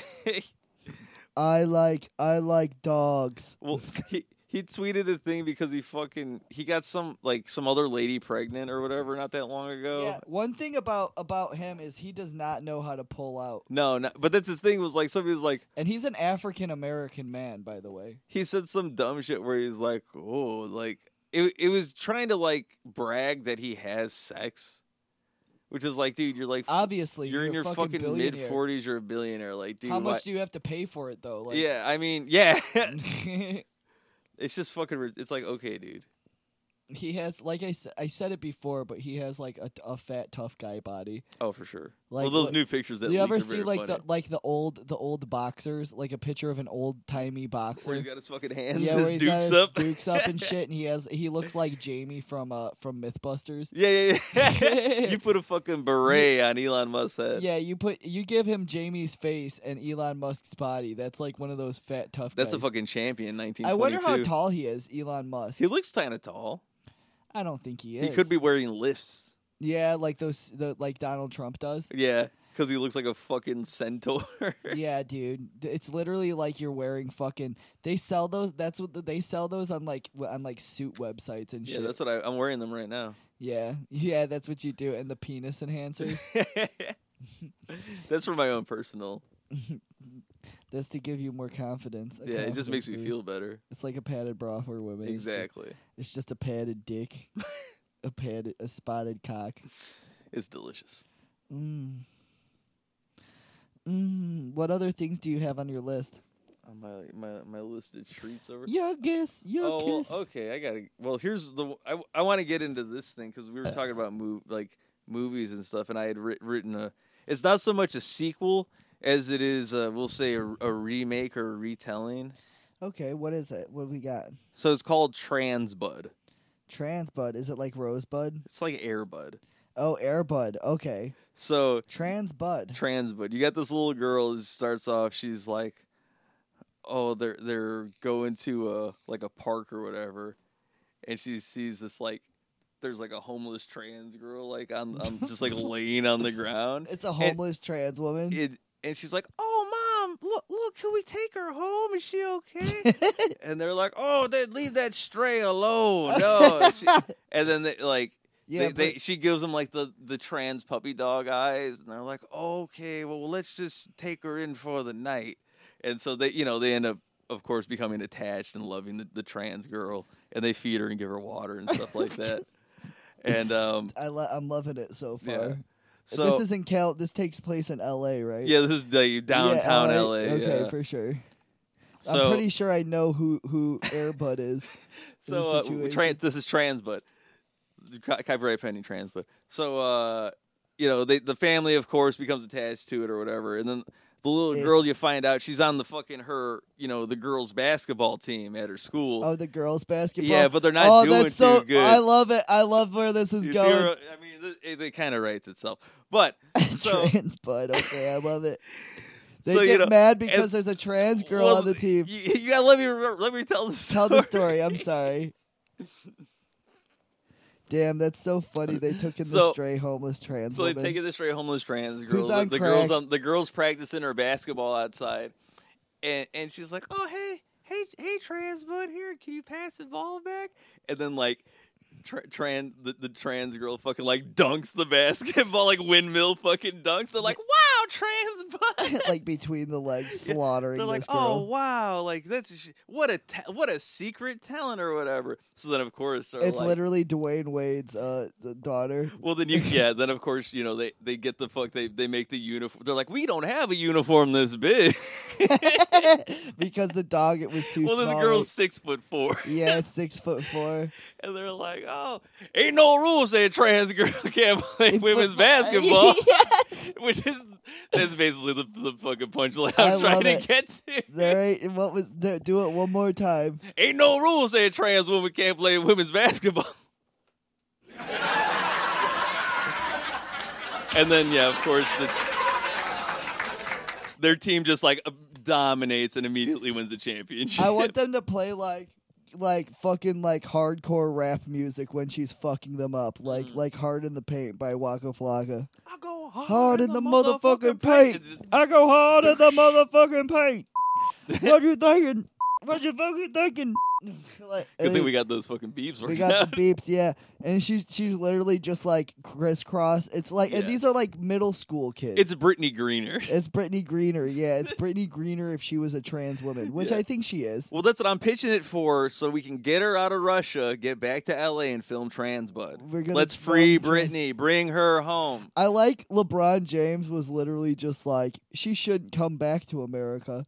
Speaker 1: I like I like dogs.
Speaker 2: well, he he tweeted the thing because he fucking he got some like some other lady pregnant or whatever not that long ago.
Speaker 1: Yeah, one thing about about him is he does not know how to pull out.
Speaker 2: No, no, but that's his thing. Was like somebody was like
Speaker 1: And he's an African American man, by the way.
Speaker 2: he said some dumb shit where he's like, oh, like it. It was trying to like brag that he has sex, which is like, dude, you're like
Speaker 1: Obviously,
Speaker 2: you're, in your fucking, mid
Speaker 1: billionaire.
Speaker 2: forties. You're a billionaire. Like, dude,
Speaker 1: How
Speaker 2: why-
Speaker 1: much do you have to pay for it though? Like,
Speaker 2: yeah, I mean, yeah. it's just fucking. rid- It's like, okay, dude.
Speaker 1: he has like I said, I said it before, but he has like a, a fat tough guy body.
Speaker 2: Oh, for sure.
Speaker 1: Like,
Speaker 2: well, those
Speaker 1: what-
Speaker 2: new pictures that
Speaker 1: you
Speaker 2: leaked
Speaker 1: ever
Speaker 2: are
Speaker 1: see
Speaker 2: very
Speaker 1: like
Speaker 2: funny,
Speaker 1: the like the old the old boxers, like a picture of an old timey boxer.
Speaker 2: where he's got his fucking hands,
Speaker 1: yeah, where
Speaker 2: his
Speaker 1: he's got
Speaker 2: dukes
Speaker 1: his
Speaker 2: up.
Speaker 1: dukes up and shit, and he has he looks like Jamie from uh from MythBusters.
Speaker 2: yeah, yeah, yeah. you put a fucking beret on Elon Musk's head.
Speaker 1: Yeah, you put you give him Jamie's face and Elon Musk's body. That's like one of those fat tough.
Speaker 2: That's a
Speaker 1: guys.
Speaker 2: fucking champion. Nineteen
Speaker 1: I
Speaker 2: twenty-two.
Speaker 1: wonder how tall he is, Elon Musk.
Speaker 2: He looks kind of tall.
Speaker 1: I don't think he
Speaker 2: He
Speaker 1: is.
Speaker 2: could be wearing lifts.
Speaker 1: Yeah, like those the like Donald Trump does.
Speaker 2: Yeah, because he looks like a fucking centaur.
Speaker 1: yeah, dude. Th- It's literally like you're wearing fucking. They sell those. That's what the, they sell those on like w- on like suit websites and
Speaker 2: Yeah,
Speaker 1: shit.
Speaker 2: that's what I, I'm wearing them right now.
Speaker 1: yeah, yeah, that's what you do. And the penis enhancers.
Speaker 2: that's for my own personal.
Speaker 1: that's to give you more confidence. a
Speaker 2: Yeah, it just
Speaker 1: confidence
Speaker 2: makes me
Speaker 1: boost.
Speaker 2: feel better.
Speaker 1: It's like a padded bra for women. It's just-
Speaker 2: Exactly.
Speaker 1: It's just, a padded dick, a padded, a spotted cock.
Speaker 2: It's delicious.
Speaker 1: Mm. Mm. What other things do you have on your list?
Speaker 2: Uh, My my my list of treats over.
Speaker 1: Your kiss, your
Speaker 2: oh, well,
Speaker 1: kiss.
Speaker 2: okay. I gotta. Well, here's the. I, I want to get into this thing because we were talking about move like movies and stuff, and I had writ, written a. It's not so much a sequel as it is, uh, we'll say, a, a remake or a retelling.
Speaker 1: Okay, what is it? What do we got?
Speaker 2: So it's called Transbud.
Speaker 1: Trans bud. Is it like rosebud?
Speaker 2: It's like Airbud.
Speaker 1: Oh, Airbud. Okay.
Speaker 2: So
Speaker 1: Trans bud.
Speaker 2: trans bud. You got this little girl who starts off. She's like, oh, they're they're going to a like a park or whatever, and she sees this like there's like a homeless trans girl like on, on just like laying on the ground.
Speaker 1: it's a homeless trans woman.
Speaker 2: And, it, and she's like, oh mom, look look, can we take her home? Is she okay? and they're like, oh, they leave that stray alone. No, she, and then they like
Speaker 1: yeah,
Speaker 2: they, they, she gives them like the, the trans puppy dog eyes, and they're like, okay, well, let's just take her in for the night. And so they, you know, they end up, of course, becoming attached and loving the, the trans girl, and they feed her and give her water and stuff like that. And um,
Speaker 1: but I lo- I'm loving it so far.
Speaker 2: Yeah. so
Speaker 1: this is in Cal. This takes place in L.A., right?
Speaker 2: yeah, this is the downtown
Speaker 1: Yeah, uh,
Speaker 2: LA.
Speaker 1: Okay,
Speaker 2: yeah.
Speaker 1: for sure.
Speaker 2: so
Speaker 1: I'm pretty sure I know who who Airbud is. in the
Speaker 2: so uh,
Speaker 1: situation.
Speaker 2: trans, this is trans, but copyright pending trans, but so uh, you know, they, the family, of course, becomes attached to it or whatever. And then the little
Speaker 1: It's-
Speaker 2: girl, you find out she's on the fucking her, you know, the girls' basketball team at her school.
Speaker 1: Oh, the girls' basketball.
Speaker 2: Yeah, but they're not
Speaker 1: oh,
Speaker 2: doing
Speaker 1: that's so,
Speaker 2: too good.
Speaker 1: I love it. I love where this is
Speaker 2: You see
Speaker 1: going.
Speaker 2: her- I mean, th- it, it kind of writes itself. But so,
Speaker 1: trans bud. Okay, I love it. They
Speaker 2: So,
Speaker 1: get
Speaker 2: you know,
Speaker 1: mad because
Speaker 2: and-
Speaker 1: there's a trans girl
Speaker 2: well,
Speaker 1: on the team.
Speaker 2: You, you gotta let me remember, let me tell the story.
Speaker 1: Tell the story. I'm sorry. Damn, that's so funny. They took in the
Speaker 2: So-
Speaker 1: stray homeless trans
Speaker 2: So they
Speaker 1: woman.
Speaker 2: take it this way, homeless trans girl.
Speaker 1: on
Speaker 2: the, the girls
Speaker 1: crack?
Speaker 2: on the girls practicing her basketball outside, and and she's like, "Oh hey hey hey trans bud here, can you pass the ball back?" And then like. Tra- trans the, the trans girl fucking like dunks the basketball like windmill fucking dunks. They're like, wow, trans bud.
Speaker 1: like between the legs,
Speaker 2: Yeah,
Speaker 1: slaughtering
Speaker 2: They're like,
Speaker 1: this
Speaker 2: oh
Speaker 1: girl.
Speaker 2: wow, like that's sh- what a ta- what a secret talent or whatever. So then of course they're
Speaker 1: it's
Speaker 2: like,
Speaker 1: literally Dwayne Wade's uh, the daughter.
Speaker 2: well then you yeah then of course you know they they get the fuck they they make the uniform. They're like we don't have a uniform this big.
Speaker 1: because the dog it was too
Speaker 2: well,
Speaker 1: small.
Speaker 2: this girl's six foot four,
Speaker 1: yeah, it's six foot four.
Speaker 2: and they're like, oh, ain't no rules that a trans girl can't play
Speaker 1: It's
Speaker 2: women's
Speaker 1: football.
Speaker 2: basketball,
Speaker 1: Yes.
Speaker 2: which is that's basically the the fucking punchline
Speaker 1: I
Speaker 2: I'm
Speaker 1: love
Speaker 2: trying to
Speaker 1: it.
Speaker 2: get to.
Speaker 1: All right, and what was the, do it one more time?
Speaker 2: Ain't no rules saying trans women can't play women's basketball. and then, yeah, of course, the, their team just like dominates and immediately wins the championship.
Speaker 1: I want them to play like like fucking like hardcore rap music when she's fucking them up, like
Speaker 2: Mm.
Speaker 1: like "Hard in the Paint" by Waka Flocka.
Speaker 8: I go hard,
Speaker 1: Hard in the motherfucking paint.
Speaker 2: Just-
Speaker 1: I go hard in the motherfucking paint. What you thinking? What you fucking thinking? Like,
Speaker 2: Good
Speaker 1: uh,
Speaker 2: thing we got those fucking beeps
Speaker 1: we
Speaker 2: worked
Speaker 1: got
Speaker 2: out.
Speaker 1: the beeps, yeah. And she's she's literally just like crisscross. It's like and
Speaker 2: Yeah.
Speaker 1: these are like middle school kids.
Speaker 2: It's Brittany Greener.
Speaker 1: It's Brittany Greener, yeah. It's Brittany Greener if she was a trans woman, which
Speaker 2: Yeah.
Speaker 1: I think she is.
Speaker 2: Well, that's what I'm pitching it for, so we can get her out of Russia, get back to LA, and film Trans Bud.
Speaker 1: We're gonna
Speaker 2: Let's free
Speaker 1: film Trans-
Speaker 2: Brittany. Bring her home.
Speaker 1: I like LeBron James was literally just like she shouldn't come back to America.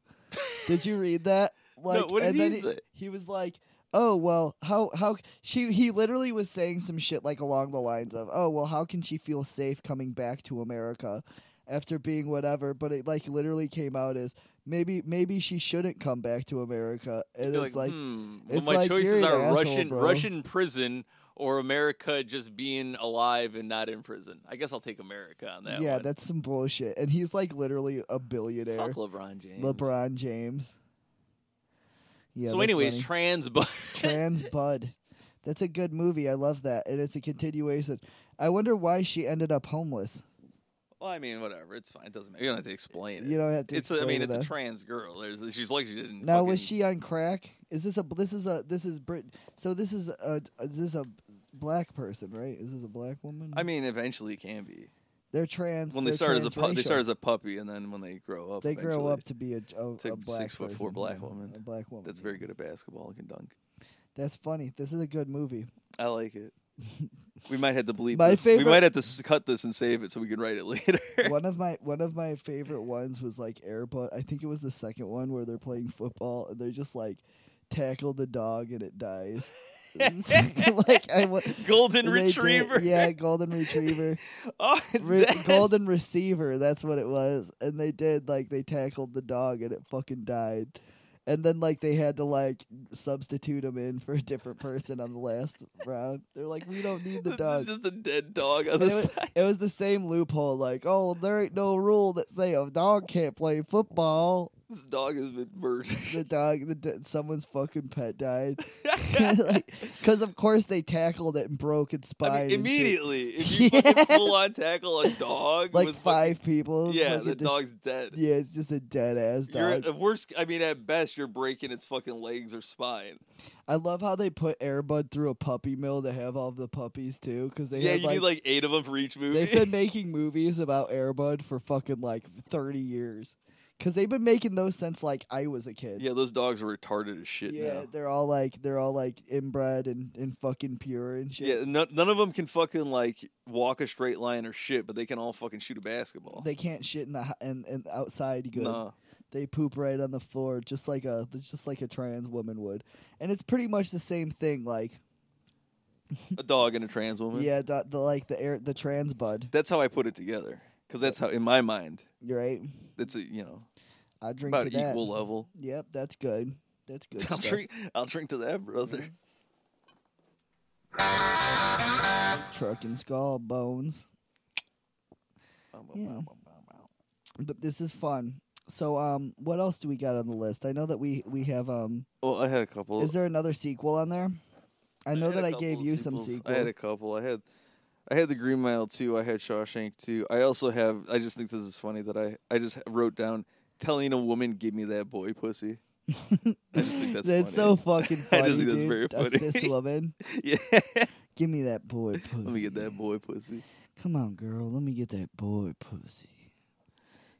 Speaker 1: did you read that? Like,
Speaker 2: what did
Speaker 1: and
Speaker 2: he
Speaker 1: then
Speaker 2: say?
Speaker 1: He was like, "Oh well, how how she he literally was saying some shit like along the lines of, "Oh well, how can she feel safe coming back to America after being whatever?" But it like literally came out as maybe maybe she shouldn't come back to America, and
Speaker 2: You're
Speaker 1: it's like.
Speaker 2: hmm, well,
Speaker 1: it's
Speaker 2: my
Speaker 1: like
Speaker 2: choices
Speaker 1: you're an
Speaker 2: are
Speaker 1: asshole,
Speaker 2: Russian,
Speaker 1: bro.
Speaker 2: Russian prison, or America just being alive and not in prison. I guess I'll take America on that.
Speaker 1: yeah,
Speaker 2: one.
Speaker 1: that's some bullshit. And he's like literally a billionaire.
Speaker 2: fuck LeBron James.
Speaker 1: LeBron James. Yeah.
Speaker 2: so,
Speaker 1: that's
Speaker 2: anyways,
Speaker 1: funny.
Speaker 2: trans, but
Speaker 1: Trans Bud. That's a good movie. I love that, and it's a continuation. I wonder why she ended up homeless.
Speaker 2: well, I mean, whatever. It's fine. It doesn't matter. You don't have to explain it.
Speaker 1: You don't have to.
Speaker 2: it's. A, I
Speaker 1: explain
Speaker 2: mean, it's a
Speaker 1: that.
Speaker 2: trans girl. There's, she's like she didn't.
Speaker 1: Now was
Speaker 2: fucking-
Speaker 1: she on crack? Is this a? This is a. This is Brit. So this is a. Is this a black person, right? Is this a black woman?
Speaker 2: I mean, eventually it can be
Speaker 1: they're trans.
Speaker 2: when they
Speaker 1: they're
Speaker 2: start as a pu- they
Speaker 1: transracial.
Speaker 2: start as a puppy, and then when they grow up,
Speaker 1: They grow
Speaker 2: eventually,
Speaker 1: up to be a, a,
Speaker 2: to
Speaker 1: a black
Speaker 2: six foot four
Speaker 1: person,
Speaker 2: black
Speaker 1: yeah,
Speaker 2: woman.
Speaker 1: A black woman.
Speaker 2: That's
Speaker 1: yeah.
Speaker 2: very good at basketball and can dunk.
Speaker 1: That's funny. This is a good movie.
Speaker 2: I like it. We might have to bleep
Speaker 1: My
Speaker 2: this.
Speaker 1: favorite-
Speaker 2: We might have to s- cut this and save it so we can write it later.
Speaker 1: one of my one of my favorite ones was like Airbud. I think it was the second one where they're playing football and they're just like tackle the dog and it dies. like I wa-
Speaker 2: Golden
Speaker 1: they did-
Speaker 2: retriever.
Speaker 1: yeah, golden retriever,
Speaker 2: Oh, it's
Speaker 1: Re-
Speaker 2: dead.
Speaker 1: golden receiver. That's what it was. And they did like they tackled the dog and it fucking died. And then like they had to like substitute him in for a different person on the last round. They're like, we don't need the
Speaker 2: It's
Speaker 1: dog.
Speaker 2: just a dead dog on
Speaker 1: And
Speaker 2: the
Speaker 1: it, was,
Speaker 2: side.
Speaker 1: it was the same loophole, like, oh, there ain't no rule that say a dog can't play football.
Speaker 2: This dog has been murdered.
Speaker 1: The dog, the d- someone's fucking pet died, because of course they tackled it and broke its spine.
Speaker 2: I mean,
Speaker 1: and shit.
Speaker 2: immediately, if you
Speaker 1: Yes.
Speaker 2: fucking full on tackle a dog
Speaker 1: like
Speaker 2: with
Speaker 1: five
Speaker 2: fucking,
Speaker 1: people.
Speaker 2: yeah,
Speaker 1: fucking
Speaker 2: the
Speaker 1: dis-
Speaker 2: dog's dead.
Speaker 1: Yeah, it's just a dead ass
Speaker 2: You're
Speaker 1: dog.
Speaker 2: at worst. I mean, at best, you're breaking its fucking legs or spine.
Speaker 1: I love how they put Airbud through a puppy mill to have all the puppies too, because they
Speaker 2: Yeah,
Speaker 1: had,
Speaker 2: you need like eight of them for each movie.
Speaker 1: They've been making movies about Airbud for fucking like thirty years, because they've been making those since like I was a kid.
Speaker 2: yeah, those dogs are retarded as shit.
Speaker 1: Yeah,
Speaker 2: now.
Speaker 1: they're all like they're all like inbred and, and fucking pure and shit.
Speaker 2: Yeah, none, none of them can fucking like walk a straight line or shit, but they can all fucking shoot a basketball.
Speaker 1: They can't shit in the ho- in, in outside good.
Speaker 2: Nah.
Speaker 1: They poop right on the floor, just like a just like a trans woman would, and it's pretty much the same thing. Like,
Speaker 2: a dog and a trans woman.
Speaker 1: Yeah, the, the like the air, the trans bud,
Speaker 2: That's how I put it together. Because that's how, in my mind,
Speaker 1: right?
Speaker 2: that's a, you know,
Speaker 1: I drink
Speaker 2: about
Speaker 1: to that.
Speaker 2: equal level.
Speaker 1: Yep, that's good. That's good.
Speaker 2: I'll
Speaker 1: stuff.
Speaker 2: drink, I'll drink to that, brother.
Speaker 1: Truck and skull bones. Yeah. But this is fun. So, um, what else do we got on the list? I know that we we have um.
Speaker 2: Well, I had a couple.
Speaker 1: Is there another sequel on there? I know
Speaker 2: had
Speaker 1: that
Speaker 2: a
Speaker 1: I
Speaker 2: couple
Speaker 1: gave
Speaker 2: of
Speaker 1: you some
Speaker 2: I
Speaker 1: sequels.
Speaker 2: had a couple. I had, I had the Green Mile too. I had Shawshank too. I also have. I just think this is funny that I I just wrote down telling a woman give me that boy pussy. I just think that's
Speaker 1: that's so
Speaker 2: funny.
Speaker 1: fucking
Speaker 2: I
Speaker 1: funny,
Speaker 2: just think that's
Speaker 1: dude.
Speaker 2: very
Speaker 1: A
Speaker 2: funny.
Speaker 1: cis woman,
Speaker 2: yeah.
Speaker 1: give me that boy pussy.
Speaker 2: Let me get that boy pussy.
Speaker 1: Come on, girl. Let me get that boy pussy.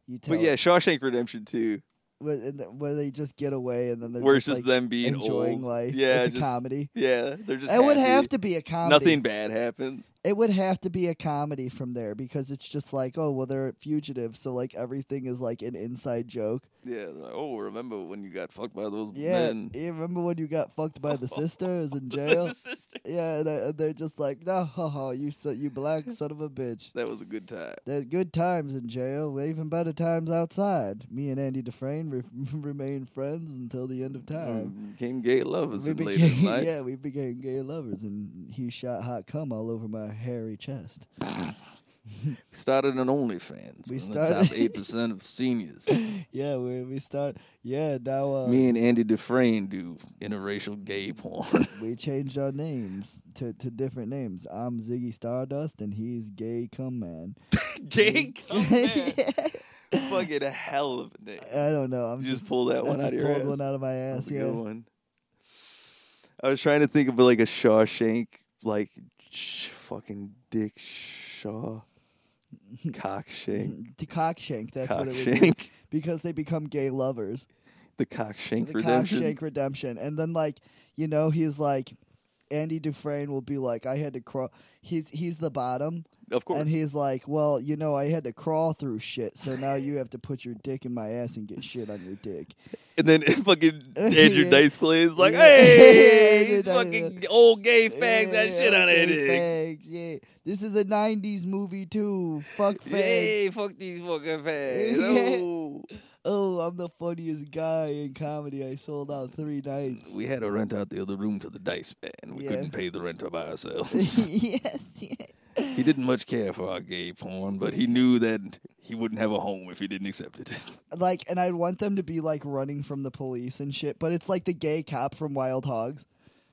Speaker 1: You tell.
Speaker 2: But yeah,
Speaker 1: it-
Speaker 2: Shawshank Redemption too,
Speaker 1: where, and th- where they just get away and then they're
Speaker 2: where it's
Speaker 1: just,
Speaker 2: just
Speaker 1: like,
Speaker 2: them being
Speaker 1: enjoying
Speaker 2: old.
Speaker 1: life.
Speaker 2: Yeah,
Speaker 1: it's a
Speaker 2: just-
Speaker 1: comedy.
Speaker 2: Yeah, they're just.
Speaker 1: It would
Speaker 2: happy.
Speaker 1: have to be a comedy.
Speaker 2: Nothing bad happens.
Speaker 1: It would have to be a comedy from there because it's just like, oh well, they're fugitives, so like everything is like an inside joke.
Speaker 2: Yeah. they're like, oh, remember when you got fucked by those
Speaker 1: Yeah,
Speaker 2: men?
Speaker 1: you remember when you got fucked by the sisters in jail? Yeah, and, uh, and they're just like, no, ho, ho, you so, you black son of a bitch.
Speaker 2: That was a good time.
Speaker 1: There's good times in jail, even better times outside. Me and Andy Dufresne re- remain friends until the end of time.
Speaker 2: Um, Became gay lovers
Speaker 1: we
Speaker 2: in later in
Speaker 1: became,
Speaker 2: life.
Speaker 1: yeah, we became gay lovers, and he shot hot cum all over my hairy chest.
Speaker 2: started on OnlyFans.
Speaker 1: We
Speaker 2: We
Speaker 1: started- Uh,
Speaker 2: started the top eight percent of seniors.
Speaker 1: Yeah, we we start. Yeah, now uh,
Speaker 2: Me and Andy Dufresne do interracial gay porn.
Speaker 1: we changed our names to, to different names. I'm Ziggy Stardust, and he's Gay Cum Man.
Speaker 2: gay come Oh, man. Fucking a hell of a day.
Speaker 1: I don't know. I'm
Speaker 2: You just pull that
Speaker 1: I
Speaker 2: one
Speaker 1: Um, just
Speaker 2: out of your
Speaker 1: pulled
Speaker 2: ass.
Speaker 1: one out of my
Speaker 2: That's
Speaker 1: ass.
Speaker 2: a
Speaker 1: Yeah,
Speaker 2: good one. I was trying to think of like a Shawshank, like sh- fucking Dick Shaw, cockshank,
Speaker 1: Mm, the cockshank. That's what it would be
Speaker 2: cockshank,
Speaker 1: because they become gay lovers.
Speaker 2: the cockshank
Speaker 1: the
Speaker 2: redemption.
Speaker 1: cockshank redemption, and then like you know he's like. Andy Dufresne will be like, I had to crawl. He's he's the bottom,
Speaker 2: Of course,
Speaker 1: And he's like, "Well, you know, I had to crawl through shit, so now you have to put your dick in my ass and get shit on your dick."
Speaker 2: And then fucking Andrew
Speaker 1: Yeah.
Speaker 2: Dice Clay is like,
Speaker 1: Yeah.
Speaker 2: hey,
Speaker 1: Andrew
Speaker 2: these
Speaker 1: Dice-
Speaker 2: fucking old gay fags that
Speaker 1: Yeah,
Speaker 2: shit out of
Speaker 1: okay,
Speaker 2: it.
Speaker 1: fags, Yeah, this is a '90s movie too. Fuck fags.
Speaker 2: Hey, fuck these fucking fags.
Speaker 1: Yeah.
Speaker 2: Oh.
Speaker 1: Oh, I'm the funniest guy in comedy. I sold out three nights.
Speaker 2: We had to rent out the other room to the Dice Man. We
Speaker 1: Yeah.
Speaker 2: couldn't pay the renter by ourselves.
Speaker 1: yes. Yeah.
Speaker 2: he didn't much care for our gay porn, but he knew that he wouldn't have a home if he didn't accept it.
Speaker 1: Like, and I'd want them to be like running from the police and shit, but it's like the gay cop from Wild Hogs.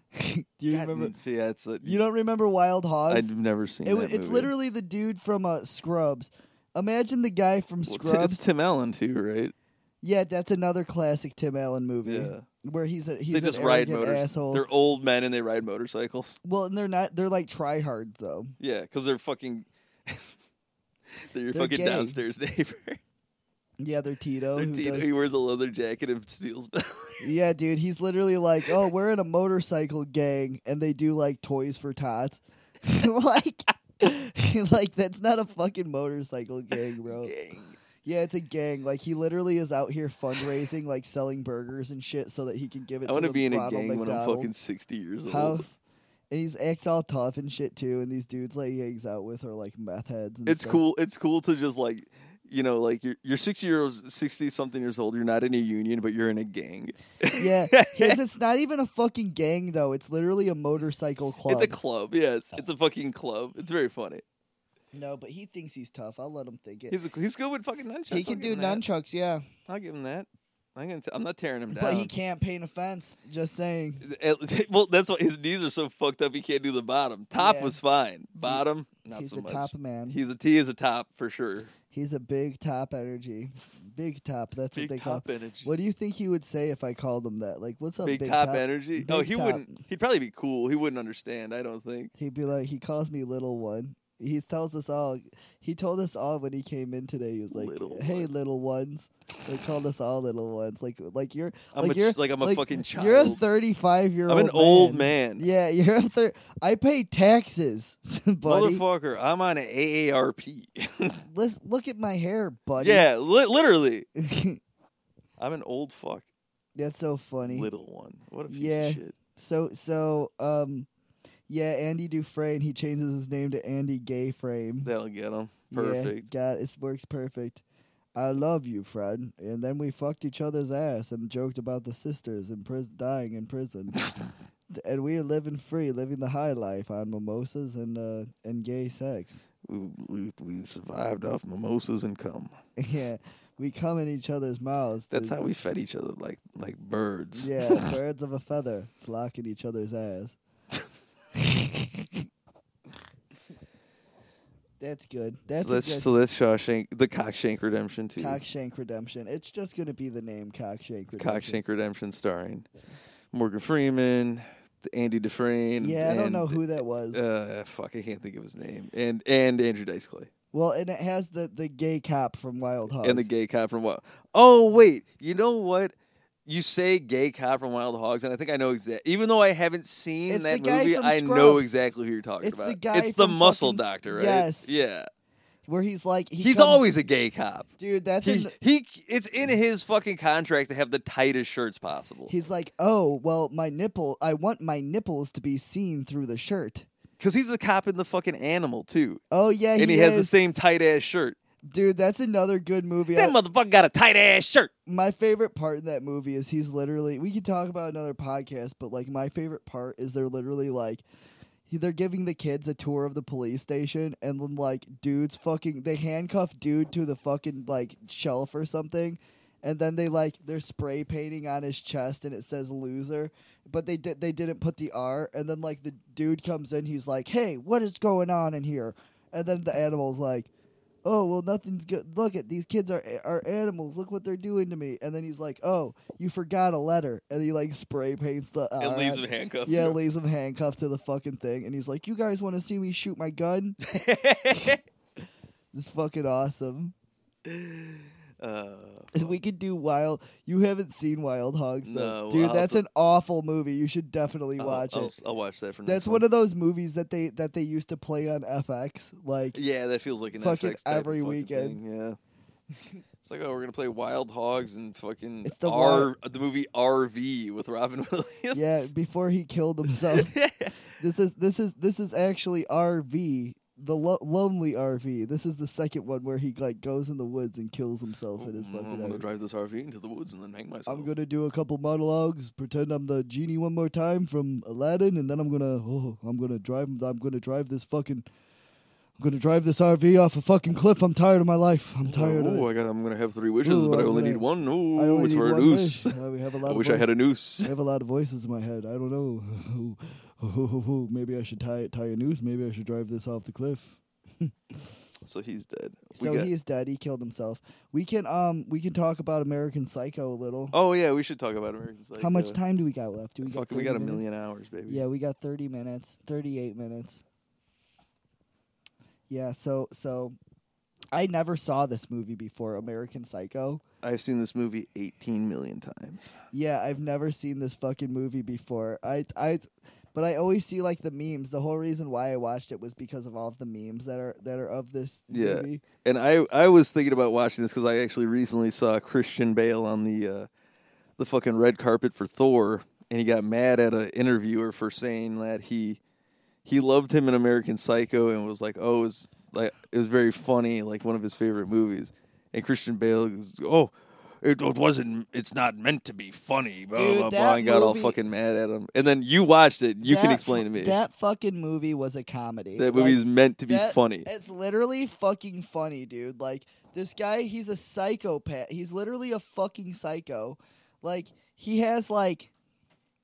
Speaker 1: Do you remember?
Speaker 2: Mm. See, that's a,
Speaker 1: You don't remember Wild Hogs?
Speaker 2: I've never seen
Speaker 1: It,
Speaker 2: that
Speaker 1: wa- it's
Speaker 2: movie.
Speaker 1: literally the dude from uh, Scrubs. Imagine the guy from
Speaker 2: Well,
Speaker 1: Scrubs.
Speaker 2: t- it's Tim Allen too, right?
Speaker 1: yeah, that's another classic Tim Allen movie.
Speaker 2: Yeah.
Speaker 1: Where he's a he's
Speaker 2: they
Speaker 1: an
Speaker 2: just ride
Speaker 1: arrogant
Speaker 2: motors.
Speaker 1: asshole.
Speaker 2: They're old men and they ride motorcycles.
Speaker 1: well, and they're not they're like tryhards though.
Speaker 2: Yeah, because they're fucking. they're your
Speaker 1: They're
Speaker 2: fucking
Speaker 1: gay.
Speaker 2: downstairs neighbor.
Speaker 1: Yeah, they're Tito.
Speaker 2: They're
Speaker 1: who
Speaker 2: Tito,
Speaker 1: does-
Speaker 2: he wears a leather jacket and steals.
Speaker 1: yeah, dude, he's literally like, "Oh, we're in a motorcycle gang and they do like toys for tots." like like that's not a fucking motorcycle gang, bro.
Speaker 2: Gang.
Speaker 1: Yeah, it's a gang. Like he literally is out here fundraising, like selling burgers and shit, so that he can give it.
Speaker 2: I want
Speaker 1: to
Speaker 2: to
Speaker 1: the
Speaker 2: be in a
Speaker 1: Ronald
Speaker 2: gang when I'm
Speaker 1: McDonald
Speaker 2: fucking sixty years old.
Speaker 1: house. And he's acts all tough and shit too. And these dudes like he hangs out with are like meth heads. And
Speaker 2: It's
Speaker 1: stuff.
Speaker 2: cool. It's cool to just like. You know, like you're you're sixty years sixty something years old. You're not in a union, but you're in a gang.
Speaker 1: Yeah, 'cause it's not even a fucking gang though. It's literally a motorcycle club.
Speaker 2: It's a club. Yes, it's a fucking club. It's very funny.
Speaker 1: no, but he thinks he's tough. I'll let him think it.
Speaker 2: He's a, he's good with fucking nunchucks.
Speaker 1: he can
Speaker 2: I'll
Speaker 1: do
Speaker 2: give him that.
Speaker 1: nunchucks, yeah,
Speaker 2: I'll give him that. I'm gonna. T- I'm not tearing him down.
Speaker 1: but he can't paint a fence. Just saying.
Speaker 2: At- well, that's why his knees are so fucked up. He can't do the bottom. Top
Speaker 1: Yeah.
Speaker 2: was fine. Bottom, not
Speaker 1: he's
Speaker 2: so
Speaker 1: a
Speaker 2: much.
Speaker 1: top man.
Speaker 2: He's a T is a top for sure.
Speaker 1: He's a big top energy. Big top. That's
Speaker 2: Big
Speaker 1: what they
Speaker 2: top
Speaker 1: call.
Speaker 2: energy.
Speaker 1: What do you think he would say if I called him that? Like, what's up,
Speaker 2: big,
Speaker 1: big,
Speaker 2: top, energy. oh,
Speaker 1: Big
Speaker 2: he
Speaker 1: top.
Speaker 2: wouldn't. He'd probably be cool. He wouldn't understand. I don't think.
Speaker 1: He'd be like, he calls me little one. He tells us all. He told us all when he came in today. He was like,
Speaker 2: Little
Speaker 1: "Hey,
Speaker 2: one."
Speaker 1: little ones." They called us all little ones. Like, like you're,
Speaker 2: I'm
Speaker 1: like
Speaker 2: a ch-
Speaker 1: you're,
Speaker 2: like I'm a fucking
Speaker 1: You're a
Speaker 2: child.
Speaker 1: 35 year
Speaker 2: I'm
Speaker 1: old.
Speaker 2: an old man.
Speaker 1: Yeah, you're a thir- I pay taxes, buddy.
Speaker 2: Motherfucker, I'm on an AARP.
Speaker 1: Let's look at my hair, buddy.
Speaker 2: yeah, li- literally. I'm an old fuck.
Speaker 1: that's so funny.
Speaker 2: Little one. What a piece
Speaker 1: Yeah.
Speaker 2: of shit.
Speaker 1: So so um Yeah, Andy Dufresne. He changes his name to Andy Gay Frame.
Speaker 2: That'll get him.
Speaker 1: Yeah,
Speaker 2: Perfect.
Speaker 1: God, it works perfect. I love you, Fred. And then we fucked each other's ass and joked about the sisters in pris- dying in prison. and we are living free, living the high life on mimosas and uh, and gay sex.
Speaker 2: We, we, we survived off mimosas and cum.
Speaker 1: yeah, we come in each other's mouths. to-
Speaker 2: That's how we fed each other like like birds.
Speaker 1: Yeah, birds of a feather flocking each other's ass. That's good. That's,
Speaker 2: so that's
Speaker 1: a good
Speaker 2: so that's Shawshank, the Cockshank Redemption too.
Speaker 1: Cockshank Redemption. It's just gonna be the name Cockshank Redemption.
Speaker 2: Cockshank Redemption, starring Morgan Freeman, Andy Dufresne.
Speaker 1: Yeah, I don't
Speaker 2: and,
Speaker 1: know who that was.
Speaker 2: Uh, fuck, I can't think of his name. And and Andrew Dice Clay
Speaker 1: well, and it has the the gay cop from Wild Hogs.
Speaker 2: and the gay cop from Wild. Oh wait, you know what? You say gay cop from Wild Hogs, and I think I know exactly. Even though I haven't seen
Speaker 1: It's
Speaker 2: that
Speaker 1: the guy
Speaker 2: movie,
Speaker 1: from
Speaker 2: I know
Speaker 1: Scrubs.
Speaker 2: exactly who you're talking
Speaker 1: It's the
Speaker 2: about.
Speaker 1: guy
Speaker 2: it's the
Speaker 1: from
Speaker 2: muscle
Speaker 1: fucking-
Speaker 2: doctor, right?
Speaker 1: Yes.
Speaker 2: Yeah.
Speaker 1: where he's like he
Speaker 2: He's
Speaker 1: come-
Speaker 2: always a gay cop.
Speaker 1: dude. That's
Speaker 2: He,
Speaker 1: in-
Speaker 2: he it's in his fucking contract to have the tightest shirts possible
Speaker 1: he's like oh well my nipple I want my nipples to be seen through the shirt.
Speaker 2: because he's the cop in the fucking animal too
Speaker 1: Oh yeah,
Speaker 2: and
Speaker 1: he,
Speaker 2: he, has the
Speaker 1: is.
Speaker 2: same tight ass shirt
Speaker 1: dude. That's another good movie. I-
Speaker 9: That motherfucker got a tight ass shirt.
Speaker 1: my favorite part in that movie is he's literally we could talk about another podcast but like my favorite part is they're literally like he- they're giving the kids a tour of the police station and then like dudes fucking they handcuff dude to the fucking like shelf or something and then they like they're spray painting on his chest and it says loser but they did they didn't put the r and then like the dude comes in he's like hey what is going on in here and then the animal's like oh well nothing's good look at these kids are are animals look what they're doing to me and then he's like oh you forgot a letter and he like spray paints the
Speaker 9: And
Speaker 1: R
Speaker 9: leaves
Speaker 1: on-
Speaker 9: him handcuffed.
Speaker 1: yeah leaves him handcuffed to the fucking thing and he's like you guys want to see me shoot my gun it's fucking awesome
Speaker 2: uh,
Speaker 1: we could do wild you haven't seen wild hogs though
Speaker 2: No,
Speaker 1: dude
Speaker 2: I'll
Speaker 1: that's
Speaker 2: have
Speaker 1: an awful movie you should definitely
Speaker 2: I'll-
Speaker 1: watch
Speaker 2: I'll,
Speaker 1: it
Speaker 2: I'll, watch that for
Speaker 1: that's
Speaker 2: next
Speaker 1: one
Speaker 2: one
Speaker 1: of those movies that they that they used to play on fx like
Speaker 2: yeah that feels like an
Speaker 1: Fucking
Speaker 2: FX type of
Speaker 1: every
Speaker 2: fucking
Speaker 1: weekend.
Speaker 2: thing, yeah it's like oh we're gonna play wild hogs and fucking
Speaker 1: It's the
Speaker 2: R, the movie rv with robin williams
Speaker 1: yeah before he killed himself this is this is this is actually rv the lo- lonely rv this is the second one where he like goes in the woods and kills himself in his
Speaker 2: Mm-hmm, I'm
Speaker 1: fucking
Speaker 2: gonna
Speaker 1: RV.
Speaker 2: drive this RV into the woods and then hang myself.
Speaker 1: I'm gonna do a couple monologues, pretend I'm the genie one more time from Aladdin, and then I'm gonna oh, I'm gonna drive I'm gonna drive this fucking I'm gonna drive this RV off a fucking cliff. I'm tired of my life. I'm tired of
Speaker 2: Ooh,
Speaker 1: it.
Speaker 2: I got, I'm gonna have three wishes,
Speaker 1: Ooh,
Speaker 2: but I
Speaker 1: I'm
Speaker 2: only
Speaker 1: gonna-
Speaker 2: need one.
Speaker 1: I
Speaker 2: Ooh,
Speaker 1: only
Speaker 2: it's
Speaker 1: need
Speaker 2: for a
Speaker 1: one
Speaker 2: noose.
Speaker 1: wish. Uh, we have a lot
Speaker 2: I
Speaker 1: of
Speaker 2: wish I
Speaker 1: voice-
Speaker 2: had a noose.
Speaker 1: I have a lot of voices in my head. I don't know. Maybe I should tie tie a noose. Maybe I should drive this off the cliff.
Speaker 2: So he's dead. We
Speaker 1: So
Speaker 2: got-
Speaker 1: he's dead. He killed himself. We can um we can talk about American Psycho a little.
Speaker 2: oh yeah, we should talk about American Psycho.
Speaker 1: How much time do we got left? Do we
Speaker 2: Fuck,
Speaker 1: got
Speaker 2: we got
Speaker 1: 30
Speaker 2: a
Speaker 1: minutes?
Speaker 2: million hours, baby.
Speaker 1: Yeah, we got 30 minutes, 38 minutes. Yeah, so so I never saw this movie before, American Psycho.
Speaker 2: I've seen this movie 18 million times.
Speaker 1: Yeah, I've never seen this fucking movie before. I I but I always see like the memes. The whole reason why I watched it was because of all of the memes that are that are of this
Speaker 2: Yeah.
Speaker 1: movie.
Speaker 2: And I, I was thinking about watching this because I actually recently saw Christian Bale on the, uh, the fucking red carpet for Thor, and he got mad at an interviewer for saying that he, he loved him in American Psycho and was like, oh, it was like it was very funny, like one of his favorite movies. And Christian Bale goes, oh. It wasn't. It's not meant to be funny. Blah
Speaker 1: Dude,
Speaker 2: blah blah.
Speaker 1: that
Speaker 2: And got all
Speaker 1: movie-
Speaker 2: fucking mad at him. And then you watched it. You can
Speaker 1: That
Speaker 2: explain to
Speaker 1: fu-
Speaker 2: me
Speaker 1: That fucking movie was a comedy. Like,
Speaker 2: that movie is meant to be
Speaker 1: That-
Speaker 2: funny.
Speaker 1: It's literally fucking funny, dude. Like this guy, he's a psychopath. He's literally a fucking psycho. Like he has like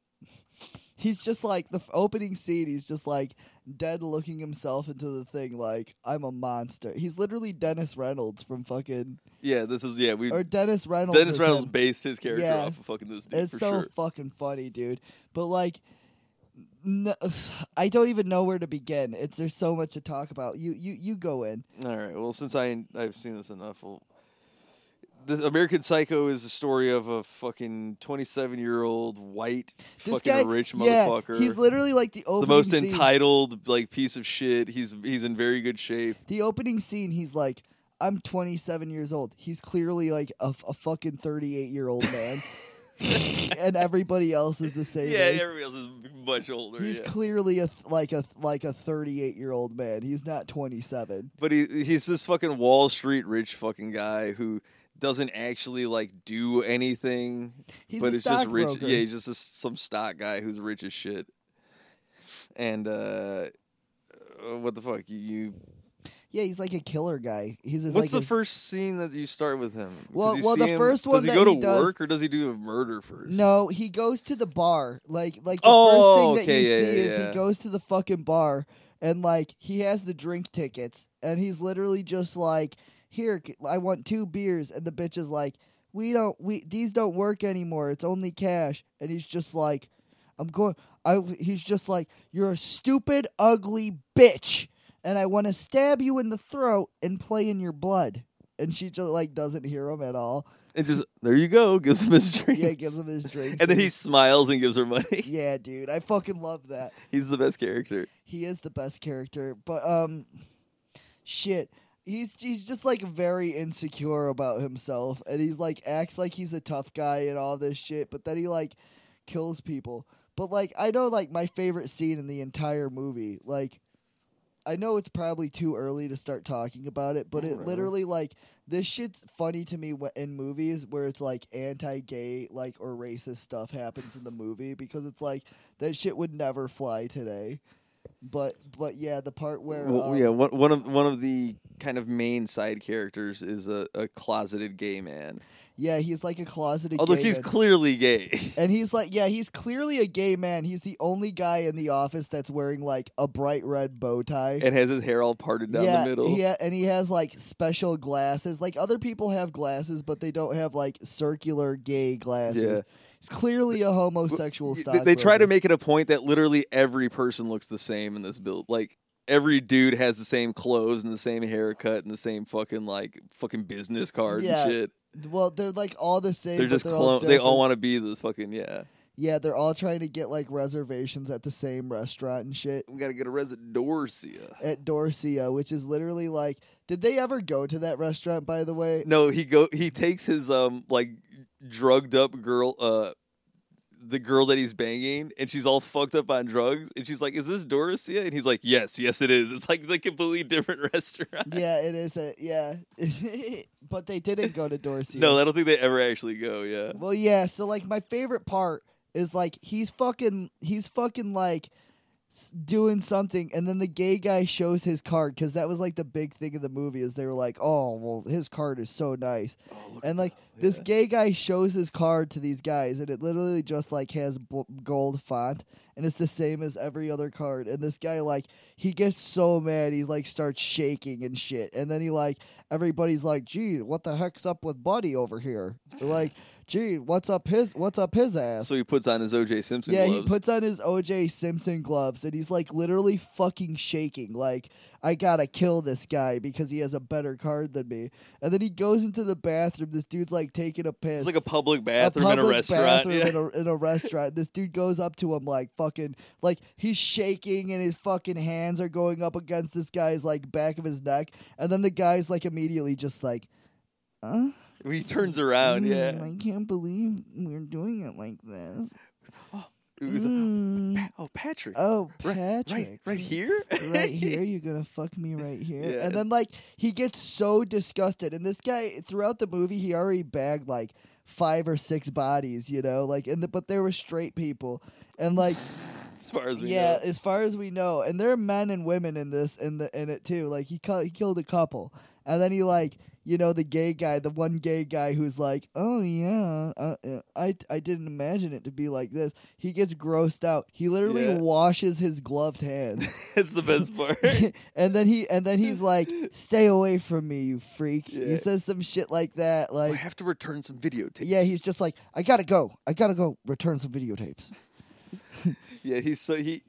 Speaker 1: he's just like the f- opening scene he's just like dead looking himself into the thing like I'm a monster. He's literally Dennis Reynolds from fucking
Speaker 2: Yeah, this is yeah. We
Speaker 1: or Dennis Reynolds.
Speaker 2: Dennis
Speaker 1: is
Speaker 2: Reynolds
Speaker 1: him.
Speaker 2: based his character
Speaker 1: Yeah.
Speaker 2: off of fucking this dude
Speaker 1: It's
Speaker 2: for
Speaker 1: so
Speaker 2: sure.
Speaker 1: fucking funny, dude. But like, no, I don't even know where to begin. It's there's so much to talk about. You you you go in.
Speaker 2: All right. Well, since I I've seen this enough, well, this American Psycho is the story of a fucking twenty seven year old white
Speaker 1: This
Speaker 2: fucking
Speaker 1: guy,
Speaker 2: rich
Speaker 1: yeah,
Speaker 2: motherfucker.
Speaker 1: He's literally like the
Speaker 2: the
Speaker 1: opening
Speaker 2: most
Speaker 1: scene.
Speaker 2: entitled like piece of shit. He's he's in very good shape.
Speaker 1: The opening scene, he's like, I'm 27 years old. He's clearly like a, f- a fucking 38 year old man. and everybody else is the same.
Speaker 9: yeah,
Speaker 1: age.
Speaker 9: everybody else is much older.
Speaker 1: He's
Speaker 9: yeah.
Speaker 1: clearly a th- like a th- like a 38 year old man. He's not 27.
Speaker 2: But he he's this fucking Wall Street rich fucking guy who doesn't actually like do anything.
Speaker 1: He's
Speaker 2: but
Speaker 1: a
Speaker 2: it's just rich.
Speaker 1: stockbroker.
Speaker 2: Yeah, he's just a, some stock guy who's rich as shit. And uh, uh, what the fuck? You, you
Speaker 1: Yeah, he's like a killer guy. He's
Speaker 2: what's
Speaker 1: like
Speaker 2: the
Speaker 1: his-
Speaker 2: first scene that you start with him? 'Cause
Speaker 1: Well-
Speaker 2: you
Speaker 1: well,
Speaker 2: see
Speaker 1: the
Speaker 2: him-
Speaker 1: first one
Speaker 2: does he
Speaker 1: that
Speaker 2: go to
Speaker 1: he does-
Speaker 2: work or does he do a murder first?
Speaker 1: No, he goes to the bar. Like like the
Speaker 2: Oh,
Speaker 1: first thing that
Speaker 2: okay,
Speaker 1: you
Speaker 2: yeah,
Speaker 1: see
Speaker 2: yeah,
Speaker 1: is
Speaker 2: yeah.
Speaker 1: he goes to the fucking bar and like he has the drink tickets and he's literally just like, "Here, c- I want two beers." And the bitch is like, "We don't we these don't work anymore. It's only cash." And he's just like, "I'm going I he's just like, "You're a stupid ugly bitch." And I want to stab you in the throat and play in your blood. And she just like doesn't hear him at all.
Speaker 2: and just there you go. Gives him his drink.
Speaker 1: Yeah, gives him his drink.
Speaker 2: And then he smiles and gives her money.
Speaker 1: Yeah, dude, I fucking love that.
Speaker 2: He's the best character.
Speaker 1: He is the best character, but um, shit, he's he's just like very insecure about himself, and he's like acts like he's a tough guy and all this shit, but then he like kills people. But like, I know like my favorite scene in the entire movie, like. I know it's probably too early to start talking about it, but it literally like this shit's funny to me wh- in movies where it's like anti-gay like or racist stuff happens in the movie because it's like that shit would never fly today. But but yeah, the part where
Speaker 2: Well,
Speaker 1: um,
Speaker 2: yeah, one, one of one of the kind of main side characters is a, a closeted gay man.
Speaker 1: yeah, he's like a closeted
Speaker 2: Although
Speaker 1: gay
Speaker 2: he's
Speaker 1: man.
Speaker 2: clearly gay.
Speaker 1: and he's like yeah, he's clearly a gay man. He's the only guy in the office that's wearing like a bright red bow tie.
Speaker 2: And has his hair all parted down
Speaker 1: yeah,
Speaker 2: the middle.
Speaker 1: Yeah, and he has like special glasses. Like other people have glasses, but they don't have like circular gay glasses.
Speaker 2: Yeah.
Speaker 1: It's clearly a homosexual
Speaker 2: They,
Speaker 1: stockbroker.
Speaker 2: they try to make it a point that literally every person looks the same in this build. Like every dude has the same clothes and the same haircut and the same fucking like fucking business card
Speaker 1: Yeah,
Speaker 2: and shit.
Speaker 1: well, they're like all the same.
Speaker 2: They're
Speaker 1: but
Speaker 2: just
Speaker 1: they're
Speaker 2: clone. they all
Speaker 1: different.
Speaker 2: want to be this fucking yeah.
Speaker 1: Yeah, they're all trying to get like reservations at the same restaurant and shit
Speaker 2: We gotta get a residorcia.
Speaker 1: at Dorcia, which is literally like, did they ever go to that restaurant? By the way,
Speaker 2: No, he go he takes his um like drugged up girl uh the girl that he's banging and she's all fucked up on drugs and she's like, Is this Dorosia? And he's like, Yes, yes it is. It's like the completely different restaurant.
Speaker 1: yeah, it is a yeah, but they didn't go to Dorcia.
Speaker 2: No, I don't think they ever actually go, yeah.
Speaker 1: Well, yeah. So like, my favorite part is like he's fucking he's fucking like s- doing something, and then the gay guy shows his card because that was like the big thing of the movie is they were like, oh well, his card is so nice,
Speaker 2: Oh,
Speaker 1: and like this gay guy shows his card to these guys, and it literally just like has bl- gold font, and it's the same as every other card, and this guy like he gets so mad he like starts shaking and shit, and then he like everybody's like, gee, what the heck's up with Buddy over here, like. Gee, what's up his what's up his ass?
Speaker 2: So he puts on his OJ Simpson
Speaker 1: yeah,
Speaker 2: gloves.
Speaker 1: he puts on his OJ Simpson gloves and he's like literally fucking shaking. Like, I gotta kill this guy because he has a better card than me. And then he goes into the bathroom. This dude's like taking a piss.
Speaker 2: it's like a public bathroom in a
Speaker 1: public
Speaker 2: restaurant.
Speaker 1: Bathroom
Speaker 2: yeah.
Speaker 1: in, a, in a restaurant. This dude goes up to him like fucking like he's shaking and his fucking hands are going up against this guy's like back of his neck. And then the guy's like immediately just like, huh?
Speaker 2: he turns around, yeah.
Speaker 1: Mm, I can't believe we're doing it like this.
Speaker 2: It was,
Speaker 1: Mm.
Speaker 2: oh Patrick.
Speaker 1: Oh,
Speaker 2: Right-
Speaker 1: Patrick.
Speaker 2: Right, right here?
Speaker 1: Right here, you're gonna fuck me right here,
Speaker 2: Yeah.
Speaker 1: and then like he gets so disgusted. And this guy, throughout the movie, he already bagged like five or six bodies, you know, like and the, but they were straight people, and like
Speaker 2: as far as we
Speaker 1: yeah,
Speaker 2: know.
Speaker 1: as far as we know, and there are men and women in this in the in it too. Like he cu- he killed a couple, and then he like you know the gay guy, the one gay guy who's like, oh yeah, uh, uh, I I didn't imagine it to be like this. He gets grossed out. He literally
Speaker 2: Yeah.
Speaker 1: washes his gloved hands.
Speaker 2: That's the best part.
Speaker 1: and then he and then he's like, "Stay away from me, you freak." He
Speaker 2: Yeah.
Speaker 1: says some shit like that,
Speaker 2: Oh, I
Speaker 1: like
Speaker 2: have to return some videotapes.
Speaker 1: yeah, he's just like, "I gotta go, I gotta go, return some videotapes."
Speaker 2: Yeah, he's so he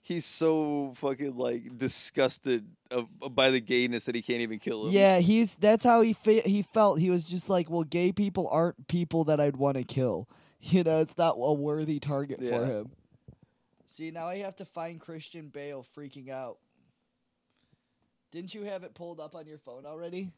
Speaker 2: he's so fucking like disgusted of, by the gayness that he can't even kill him.
Speaker 1: Yeah, he's that's how he fe- he felt. He was just like, "Well, gay people aren't people that I'd want to kill." You know, it's not a worthy target for
Speaker 2: Yeah.
Speaker 1: him. See, now I have to find Christian Bale freaking out. Didn't you have it pulled up on your phone already?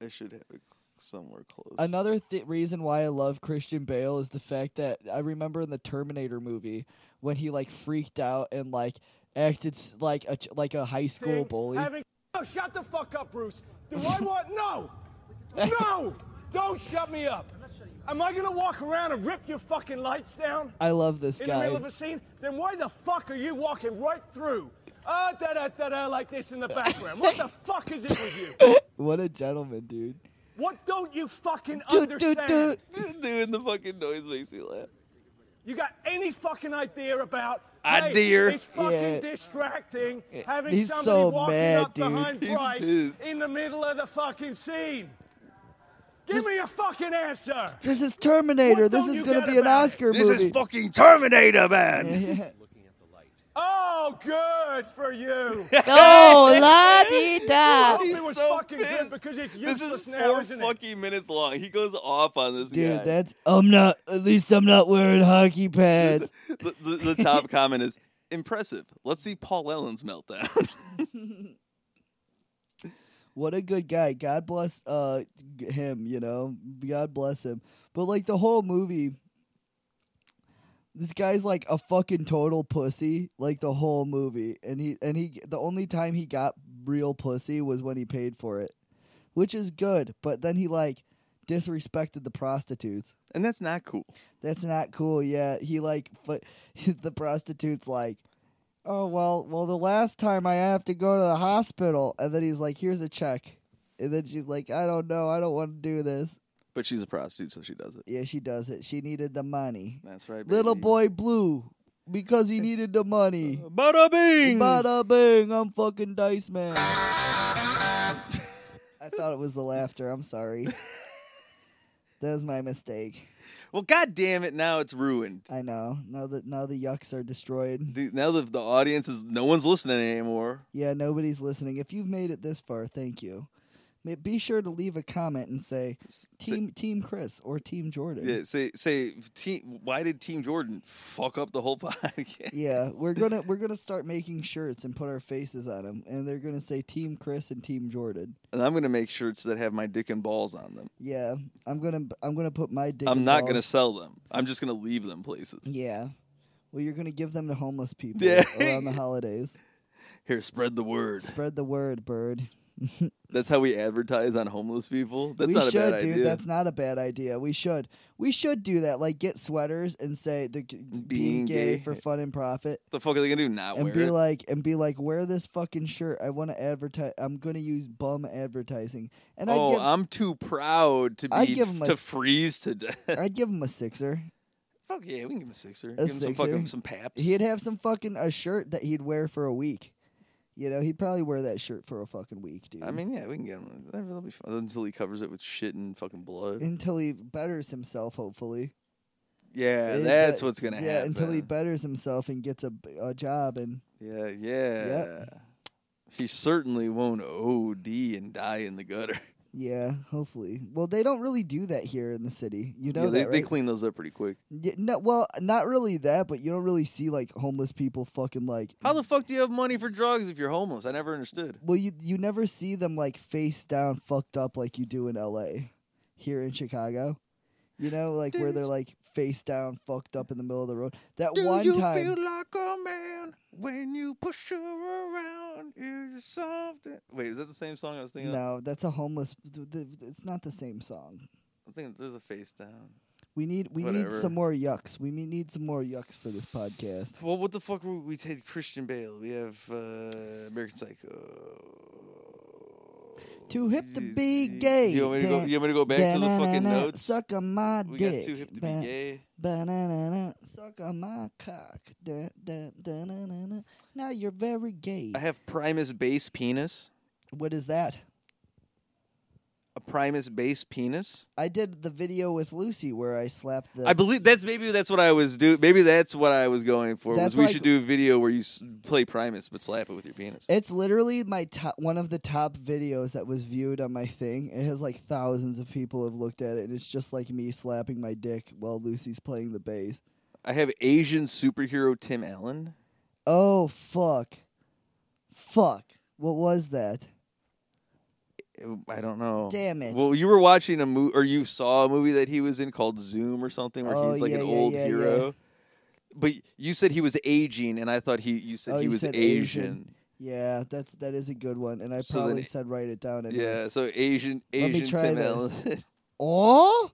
Speaker 2: I should have it somewhere close.
Speaker 1: Another th- reason why I love Christian Bale is the fact that I remember in the Terminator movie when he like freaked out and like acted s- like a ch- like a high school bully.
Speaker 10: Having- no, shut the fuck up, Bruce. Do I want no? No! Don't shut me up. Am I gonna walk around and rip your fucking lights down
Speaker 1: I love this
Speaker 10: in the middle
Speaker 1: guy.
Speaker 10: of a scene? Then why the fuck are you walking right through? Ah, da da da da, like this in the background. What the fuck is it with you?
Speaker 1: What a gentleman, dude.
Speaker 10: What don't you fucking
Speaker 1: Dude, dude,
Speaker 10: understand?
Speaker 1: dude.
Speaker 2: Doing the fucking noise makes me laugh.
Speaker 10: You got any fucking idea about?
Speaker 2: Ah,
Speaker 10: hey,
Speaker 2: dear.
Speaker 10: It's fucking
Speaker 1: Yeah.
Speaker 10: distracting having
Speaker 1: He's
Speaker 10: somebody
Speaker 1: so
Speaker 10: walking
Speaker 1: mad,
Speaker 10: up
Speaker 1: dude.
Speaker 10: behind
Speaker 2: He's
Speaker 10: Bryce
Speaker 2: pissed.
Speaker 10: in the middle of the fucking scene. Give me a fucking answer.
Speaker 1: This is Terminator.
Speaker 10: What
Speaker 1: this
Speaker 10: don't
Speaker 1: is
Speaker 10: you
Speaker 1: going to
Speaker 10: get
Speaker 1: be an
Speaker 10: about it?
Speaker 1: Oscar
Speaker 2: This
Speaker 1: movie.
Speaker 2: is fucking Terminator, man.
Speaker 10: Oh, good for you.
Speaker 1: oh, la di
Speaker 10: Hope
Speaker 1: da.
Speaker 10: it was
Speaker 2: so
Speaker 10: fucking
Speaker 2: pissed.
Speaker 10: good because it's
Speaker 2: This
Speaker 10: useless
Speaker 2: is four
Speaker 10: now, isn't it?
Speaker 2: fucking minutes long. He goes off on this
Speaker 1: Dude,
Speaker 2: guy.
Speaker 1: that's I'm not. At least I'm not wearing hockey pads.
Speaker 2: the, the, the top comment is impressive. Let's see Paul Ellen's meltdown.
Speaker 1: what a good guy. God bless uh g- him, you know. God bless him. But like the whole movie this guy's like a fucking total pussy like the whole movie and he and he the only time he got real pussy was when he paid for it, which is good, but then he like disrespected the prostitutes.
Speaker 2: and that's not cool.
Speaker 1: That's not cool. Yeah, he like, but the prostitute's like, oh well, well the last time I have to go to the hospital, and then he's like, here's a check, and then she's like, I don't know, I don't want to do this.
Speaker 2: But she's a prostitute, so she does it.
Speaker 1: Yeah, she does it. She needed the money.
Speaker 2: That's right.
Speaker 1: Little
Speaker 2: baby.
Speaker 1: boy blue because he needed the money.
Speaker 2: Bada bing.
Speaker 1: Bada bing! I'm fucking dice man. I thought it was the laughter. I'm sorry. That was my mistake.
Speaker 2: Well, god damn it! Now it's ruined.
Speaker 1: I know. Now that now the yucks are destroyed.
Speaker 2: The, now the, the audience is no one's listening anymore.
Speaker 1: Yeah, nobody's listening. If you've made it this far, thank you. Ma- Be sure to leave a comment and say team team Chris or team Jordan.
Speaker 2: Yeah, say say team. Why did Team Jordan fuck up the whole podcast?
Speaker 1: Yeah, we're gonna we're gonna start making shirts and put our faces on them, and they're gonna say Team Chris and Team Jordan.
Speaker 2: And I'm gonna make shirts that have my dick and balls on them.
Speaker 1: Yeah, I'm gonna I'm gonna put my dick.
Speaker 2: I'm
Speaker 1: and
Speaker 2: not
Speaker 1: balls-
Speaker 2: gonna sell them. I'm just gonna leave them places.
Speaker 1: Yeah, well, you're gonna give them to homeless people
Speaker 2: Yeah.
Speaker 1: around the holidays.
Speaker 2: Here, spread the word.
Speaker 1: Spread the word, bird.
Speaker 2: That's how we advertise on homeless people. That's
Speaker 1: we
Speaker 2: not
Speaker 1: should,
Speaker 2: a bad
Speaker 1: dude.
Speaker 2: idea.
Speaker 1: That's not a bad idea. We should. We should do that. Like get sweaters and say the being, being gay,
Speaker 2: gay.
Speaker 1: for fun and profit,
Speaker 2: the fuck are they gonna do? Not
Speaker 1: and
Speaker 2: wear
Speaker 1: be
Speaker 2: it?
Speaker 1: like and be like wear this fucking shirt. I want to advertise. I'm gonna use bum advertising, and
Speaker 2: oh,
Speaker 1: I'd give
Speaker 2: I'm too proud to
Speaker 1: I'd
Speaker 2: be
Speaker 1: give 'em a
Speaker 2: to
Speaker 1: s-
Speaker 2: freeze to death.
Speaker 1: I'd give him a sixer.
Speaker 2: fuck yeah, we can give him a sixer.
Speaker 1: A
Speaker 2: give him some
Speaker 1: sixer.
Speaker 2: fucking some paps.
Speaker 1: He'd have some fucking a shirt that he'd wear for a week. You know, he'd probably wear that shirt for a fucking week, dude.
Speaker 2: I mean, yeah, we can get him. That'll be fun until he covers it with shit and fucking blood.
Speaker 1: until he betters himself, hopefully.
Speaker 2: yeah,
Speaker 1: It-
Speaker 2: that's
Speaker 1: eh, that-
Speaker 2: what's gonna
Speaker 1: yeah,
Speaker 2: happen.
Speaker 1: until he betters himself and gets a, a job and
Speaker 2: Yeah, yeah. He certainly won't OD and die in the gutter.
Speaker 1: Yeah, hopefully. Well, they don't really do that here in the city. You know
Speaker 2: Yeah, they,
Speaker 1: that,
Speaker 2: they
Speaker 1: right? Mm.
Speaker 2: clean those up pretty quick.
Speaker 1: Y- no, well, not really that, but you don't really see like homeless people fucking like.
Speaker 2: How the fuck do you have money for drugs if you're homeless? I never understood.
Speaker 1: well, you you never see them like face down, fucked up like you do in L.A. Here in Chicago, you know, like where they're like face down, fucked up in the middle of the road. That
Speaker 9: Do
Speaker 1: one
Speaker 9: you
Speaker 1: time,
Speaker 9: feel like a man when you push her around? You're something.
Speaker 2: Wait, is that the same song I was thinking? of?
Speaker 1: no, that's a homeless. th- th- It's not the same song.
Speaker 2: I think there's a face down.
Speaker 1: We need we need
Speaker 2: Whatever.
Speaker 1: some more yucks. We me- need some more yucks for this podcast.
Speaker 2: Well, what the fuck? Were we take Christian Bale. We have uh, American Psycho.
Speaker 1: Too hip to be
Speaker 2: You-
Speaker 1: gay.
Speaker 2: Oh, You want me to go? You want me to go back to the fucking
Speaker 1: Ba-na-na-na,
Speaker 2: notes?
Speaker 1: Suck on my
Speaker 2: we
Speaker 1: dick.
Speaker 2: got too hip to
Speaker 1: Ba-
Speaker 2: be gay.
Speaker 1: ba-na-na-na, Suck on my cock. Da, da, da-na-na-na. Now you're very gay.
Speaker 2: I have Primus base penis.
Speaker 1: what is that?
Speaker 2: A Primus base penis.
Speaker 1: I did the video with Lucy where I slapped the.
Speaker 2: I believe that's maybe that's what I was do. Maybe that's what I was going for.
Speaker 1: That's
Speaker 2: Was we
Speaker 1: like-
Speaker 2: should do a video where you s- play Primus but slap it with your penis.
Speaker 1: it's literally my top, one of the top videos that was viewed on my thing. It has like thousands of people have looked at it, and it's just like me slapping my dick while Lucy's playing the bass.
Speaker 2: I have Asian superhero Tim Allen.
Speaker 1: Oh fuck, fuck! What was that?
Speaker 2: I don't know.
Speaker 1: Damn it.
Speaker 2: Well, you were watching a movie, or you saw a movie that he was in called Zoom or something, where
Speaker 1: Oh,
Speaker 2: he's like
Speaker 1: yeah,
Speaker 2: an
Speaker 1: yeah,
Speaker 2: old
Speaker 1: yeah,
Speaker 2: hero. But you said he was aging, and I thought he. You said
Speaker 1: Oh,
Speaker 2: he
Speaker 1: you
Speaker 2: was
Speaker 1: said Asian.
Speaker 2: Asian.
Speaker 1: Yeah, that's that is a good one, and I
Speaker 2: So then
Speaker 1: probably
Speaker 2: it-
Speaker 1: said write it down. Anyway.
Speaker 2: Yeah, so Asian
Speaker 1: me
Speaker 2: Asian
Speaker 1: try
Speaker 2: Tim
Speaker 1: this.
Speaker 2: Allen.
Speaker 1: Oh.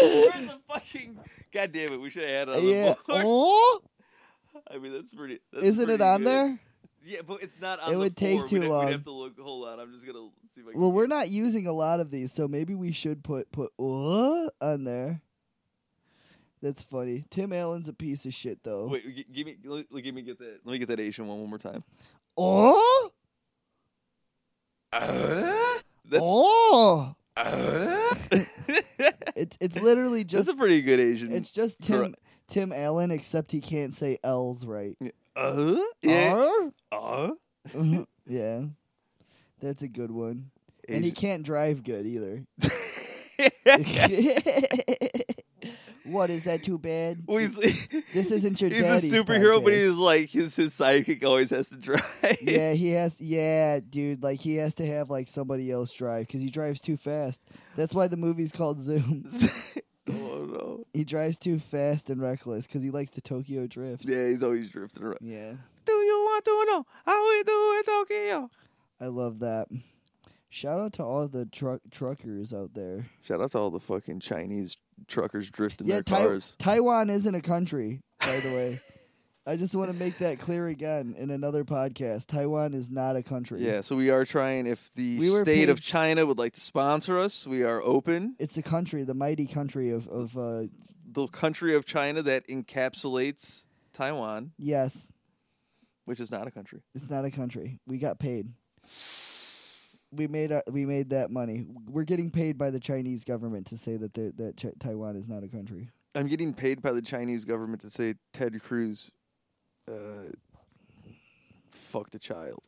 Speaker 2: Where's the fucking? God damn it! We should have had it on
Speaker 1: yeah.
Speaker 2: the board.
Speaker 1: Oh.
Speaker 2: I mean, that's pretty. That's
Speaker 1: Isn't it
Speaker 2: pretty
Speaker 1: on
Speaker 2: good.
Speaker 1: there?
Speaker 2: Yeah, but it's not on
Speaker 1: It
Speaker 2: the
Speaker 1: would take
Speaker 2: floor.
Speaker 1: too
Speaker 2: we'd,
Speaker 1: long.
Speaker 2: We'd have to look. Hold on, I'm just gonna see if I can.
Speaker 1: Well, we're not using a lot of these, so maybe we should put put oh on there. That's funny. Tim Allen's a piece of shit, though.
Speaker 2: Wait, g- give me, let me- give me, get that. Let me get that Asian one one more time.
Speaker 1: Oh.
Speaker 2: That's
Speaker 1: Oh. It's it's literally
Speaker 2: that's
Speaker 1: just
Speaker 2: a pretty good Asian.
Speaker 1: it's just Tim
Speaker 2: Correct.
Speaker 1: Tim Allen, except he can't say L's right.
Speaker 2: uh, yeah,
Speaker 1: Arr?
Speaker 2: uh,
Speaker 1: Mhm. yeah, that's a good one. And he
Speaker 2: Asian.
Speaker 1: can't drive good either. what is that? Too bad.
Speaker 2: Well, he's
Speaker 1: This isn't your
Speaker 2: he's a
Speaker 1: daddy's
Speaker 2: superhero, but
Speaker 1: podcast.
Speaker 2: he's like his his sidekick always has to drive.
Speaker 1: Yeah, he has. Yeah, dude, like he has to have like somebody else drive because he drives too fast. That's why the movie's called Zoom.
Speaker 2: oh no.
Speaker 1: he drives too fast and reckless because he likes to Tokyo drift.
Speaker 2: Yeah, he's always drifting around.
Speaker 1: yeah,
Speaker 11: Do you want to know how we do in Tokyo?
Speaker 1: I love that. Shout out to all the truck truckers out there.
Speaker 2: Shout out to all the fucking Chinese truckers drifting
Speaker 1: yeah,
Speaker 2: their
Speaker 1: Tai-
Speaker 2: cars.
Speaker 1: Taiwan isn't a country, by the way. I just want to make that clear again in another podcast. Taiwan is not a country.
Speaker 2: Yeah, so we are trying. If the
Speaker 1: We were
Speaker 2: state of
Speaker 1: paid-
Speaker 2: China would like to sponsor us, we are open.
Speaker 1: It's a country, the mighty country of, of uh,
Speaker 2: The country of China that encapsulates Taiwan,
Speaker 1: yes,
Speaker 2: which is not a country.
Speaker 1: It's not a country. We got paid. We made our, we made that money. We're getting paid by the Chinese government to say that they're- that Ch- Taiwan is not a country.
Speaker 2: I'm getting paid by the Chinese government to say Ted Cruz uh, fucked a child.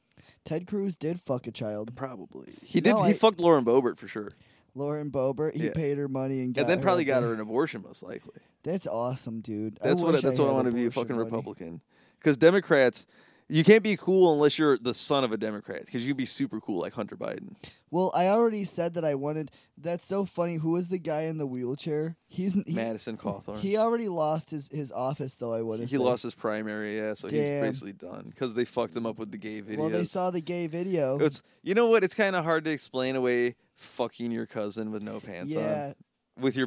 Speaker 1: Ted Cruz did fuck a child.
Speaker 2: Probably. He
Speaker 1: No,
Speaker 2: did. he
Speaker 1: I-
Speaker 2: fucked Lauren Boebert for sure.
Speaker 1: Lauren Boebert, he
Speaker 2: Yeah.
Speaker 1: paid her money and got
Speaker 2: and then
Speaker 1: her
Speaker 2: probably
Speaker 1: up
Speaker 2: got
Speaker 1: there.
Speaker 2: her an abortion, most likely.
Speaker 1: That's awesome, dude.
Speaker 2: That's what.
Speaker 1: wish
Speaker 2: that's
Speaker 1: I
Speaker 2: what I
Speaker 1: had
Speaker 2: want to be a
Speaker 1: abortion
Speaker 2: fucking
Speaker 1: money.
Speaker 2: Republican. Because Democrats, you can't be cool unless you're the son of a Democrat. Because you can be super cool like Hunter Biden.
Speaker 1: Well, I already said that I wanted. That's so funny. Who was the guy in the wheelchair? He's he,
Speaker 2: Madison Cawthorn. He,
Speaker 1: He already lost his his office, though. I would. say.
Speaker 2: lost his primary, yeah. So
Speaker 1: Damn.
Speaker 2: he's basically done. Because they fucked him up with the gay videos.
Speaker 1: Well, they saw the gay video.
Speaker 2: It's you know what? It's kind of hard to explain away fucking your cousin with no pants
Speaker 1: yeah,
Speaker 2: on, with your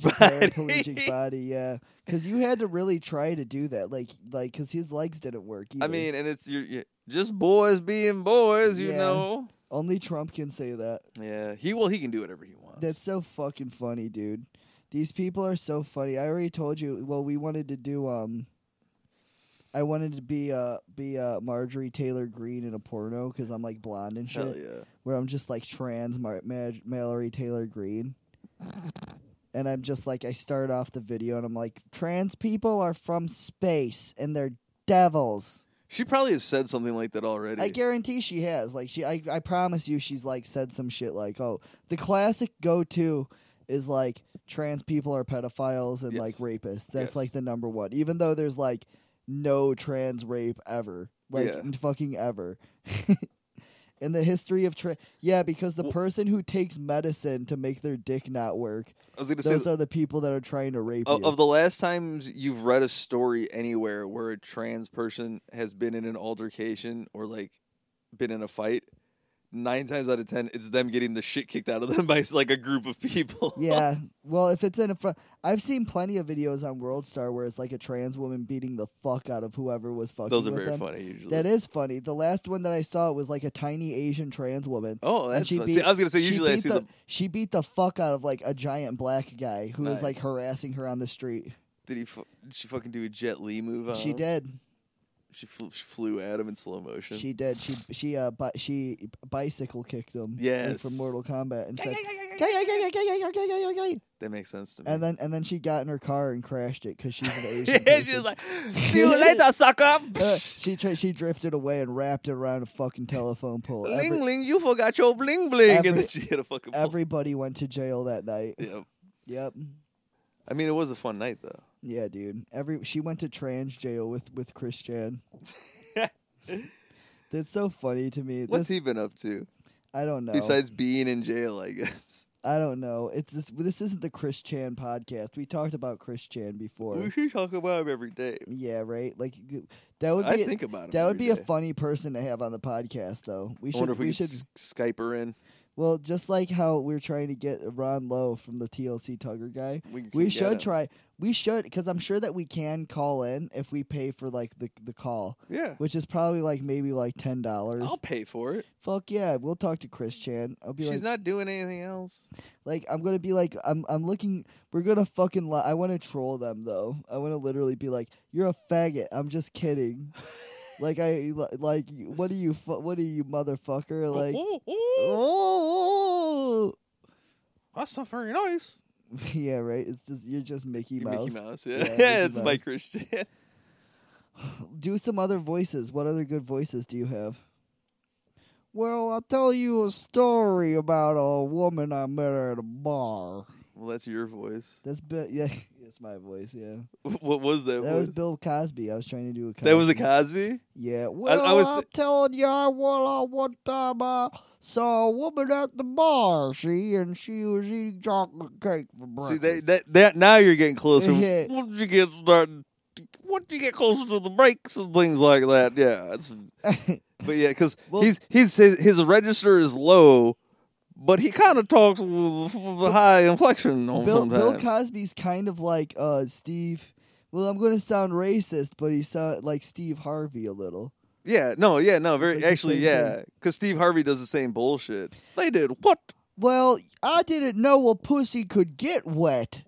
Speaker 1: Your
Speaker 2: body.
Speaker 1: paraplegic body, yeah. Because you had to really try to do that, like, like, because his legs didn't work. Either.
Speaker 2: I mean, and it's your, your just boys being boys, you
Speaker 1: Yeah.
Speaker 2: know.
Speaker 1: only Trump can say that.
Speaker 2: Yeah, he well he can do whatever he wants.
Speaker 1: That's so fucking funny, dude. These people are so funny. I already told you. Well, we wanted to do. Um, I wanted to be uh be uh Marjorie Taylor Green in a porno because I'm like blonde and shit.
Speaker 2: hell yeah.
Speaker 1: Where I'm just like trans Mar- Mar- Mallory Taylor Green. And I'm just like, I start off the video and I'm like, trans people are from space and they're devils.
Speaker 2: She probably has said something like that already.
Speaker 1: I guarantee she has. Like she, I, I promise you, she's like said some shit like, "Oh, the classic go-to is like trans people are pedophiles and
Speaker 2: Yes.
Speaker 1: like rapists." That's
Speaker 2: Yes.
Speaker 1: like the number one, even though there's like no trans rape ever, like
Speaker 2: Yeah.
Speaker 1: fucking ever. In the history of trans, yeah, because the
Speaker 2: Well-
Speaker 1: person who takes medicine to make their dick not work,
Speaker 2: I was gonna say
Speaker 1: those are the people that are trying to rape
Speaker 2: of,
Speaker 1: you.
Speaker 2: of the last times you've read a story anywhere where a trans person has been in an altercation or like been in a fight. Nine times out of ten, it's them getting the shit kicked out of them by like a group of people.
Speaker 1: Yeah. Well, if it's in a front, I've seen plenty of videos on World Star where it's like a trans woman beating the fuck out of whoever was fucking
Speaker 2: Those are
Speaker 1: with
Speaker 2: very
Speaker 1: them.
Speaker 2: funny usually.
Speaker 1: That is funny. The last one that I saw was like a tiny Asian trans woman.
Speaker 2: Oh,
Speaker 1: and
Speaker 2: that's
Speaker 1: she
Speaker 2: fun. See, I was gonna say
Speaker 1: she
Speaker 2: usually I
Speaker 1: beat
Speaker 2: see
Speaker 1: the,
Speaker 2: the.
Speaker 1: she beat the fuck out of like a giant black guy who was like
Speaker 2: Nice.
Speaker 1: harassing her on the street.
Speaker 2: Did he? fu- Did she fucking do a Jet Li move? On
Speaker 1: She
Speaker 2: him?
Speaker 1: did.
Speaker 2: She flew, she flew at him in slow motion.
Speaker 1: She did. She she uh bi- she bicycle kicked him. like,
Speaker 2: Yes.
Speaker 1: from Mortal Kombat and said, "Gay, gay, gay, gay, gay, gay, gay, gay, gay, gay."
Speaker 2: that makes sense to me.
Speaker 1: and then and then she got in her car and crashed it because she's an Asian.
Speaker 9: Yeah, she
Speaker 1: person.
Speaker 9: was like, "See you later, sucker."
Speaker 1: Uh, she tra- she drifted away and wrapped it around a fucking telephone pole. Every-
Speaker 2: Ling Ling, you forgot your bling bling, and
Speaker 1: Every-
Speaker 2: then she hit a fucking. pole.
Speaker 1: everybody went to jail that night.
Speaker 2: Yeah.
Speaker 1: Yep.
Speaker 2: I mean, it was a fun night though.
Speaker 1: Yeah, dude. Every she went to trans jail with with Chris Chan. That's so funny to me.
Speaker 2: What's
Speaker 1: This-
Speaker 2: he been up to
Speaker 1: I don't know.
Speaker 2: besides being in jail? I guess.
Speaker 1: I don't know. It's this. This isn't the Chris Chan podcast. We talked about Chris Chan before.
Speaker 2: We should talk about him every day.
Speaker 1: Yeah, right. Like th- that would be.
Speaker 2: I
Speaker 1: a-
Speaker 2: think about him
Speaker 1: that would
Speaker 2: every
Speaker 1: be a
Speaker 2: day.
Speaker 1: funny person to have on the podcast, though. We
Speaker 2: I
Speaker 1: should.
Speaker 2: wonder if we,
Speaker 1: we
Speaker 2: could
Speaker 1: should.
Speaker 2: s- Skype her in.
Speaker 1: Well, just like how we're trying to get Ron Lowe from the TLC Tugger guy,
Speaker 2: We can
Speaker 1: we
Speaker 2: get
Speaker 1: should
Speaker 2: him.
Speaker 1: try. We should because I'm sure that we can call in if we pay for like the the call,
Speaker 2: Yeah,
Speaker 1: which is probably like maybe like ten dollars.
Speaker 2: I'll pay for it.
Speaker 1: Fuck yeah, we'll talk to Chris Chan. I'll be
Speaker 2: She's
Speaker 1: like,
Speaker 2: not doing anything else.
Speaker 1: like I'm gonna be like, I'm I'm looking. We're gonna fucking. Li- I want to troll them though. I want to literally be like, you're a faggot. I'm just kidding. like I li- like what are you fu- what are you motherfucker like.
Speaker 2: Oh,
Speaker 11: Ooh, ooh,
Speaker 1: Oh,
Speaker 11: that's not very nice.
Speaker 1: yeah, right. It's just you're just Mickey
Speaker 2: You're
Speaker 1: Mouse.
Speaker 2: Mickey Mouse. Yeah,
Speaker 1: Yeah,
Speaker 2: yeah,
Speaker 1: Mickey
Speaker 2: it's my
Speaker 1: Mouse.
Speaker 2: Christian.
Speaker 1: Do some other voices. What other good voices do you have? Well, I'll tell you a story about a woman I met at a bar.
Speaker 2: Well, that's your voice.
Speaker 1: That's Bill. Yeah, that's my voice. Yeah,
Speaker 2: What was that?
Speaker 1: that was
Speaker 2: voice?
Speaker 1: Bill Cosby. I was trying to do a. Cosby.
Speaker 2: That was a Cosby.
Speaker 1: Yeah. Well, I,
Speaker 2: was
Speaker 1: am
Speaker 2: th-
Speaker 1: telling you, I one uh, one time I saw a woman at the bar. See, and she was eating chocolate cake for breakfast.
Speaker 2: See that, that that now you're getting closer.
Speaker 1: Yeah.
Speaker 2: Once you get started, once you get closer to the breaks and things like that, yeah. It's, but yeah, because
Speaker 1: Well-
Speaker 2: he's he's his, his register is low, but he kind of talks with a high inflection on
Speaker 1: Bill, Bill
Speaker 2: sometimes.
Speaker 1: Cosby's kind of like uh, Steve. Well, I'm going to sound racist, but he sound like Steve Harvey a little.
Speaker 2: yeah, no, yeah, no. Very
Speaker 1: like the
Speaker 2: actually,
Speaker 1: same
Speaker 2: yeah, because Steve Harvey does the same bullshit. They did what?
Speaker 1: Well, I didn't know a pussy could get wet.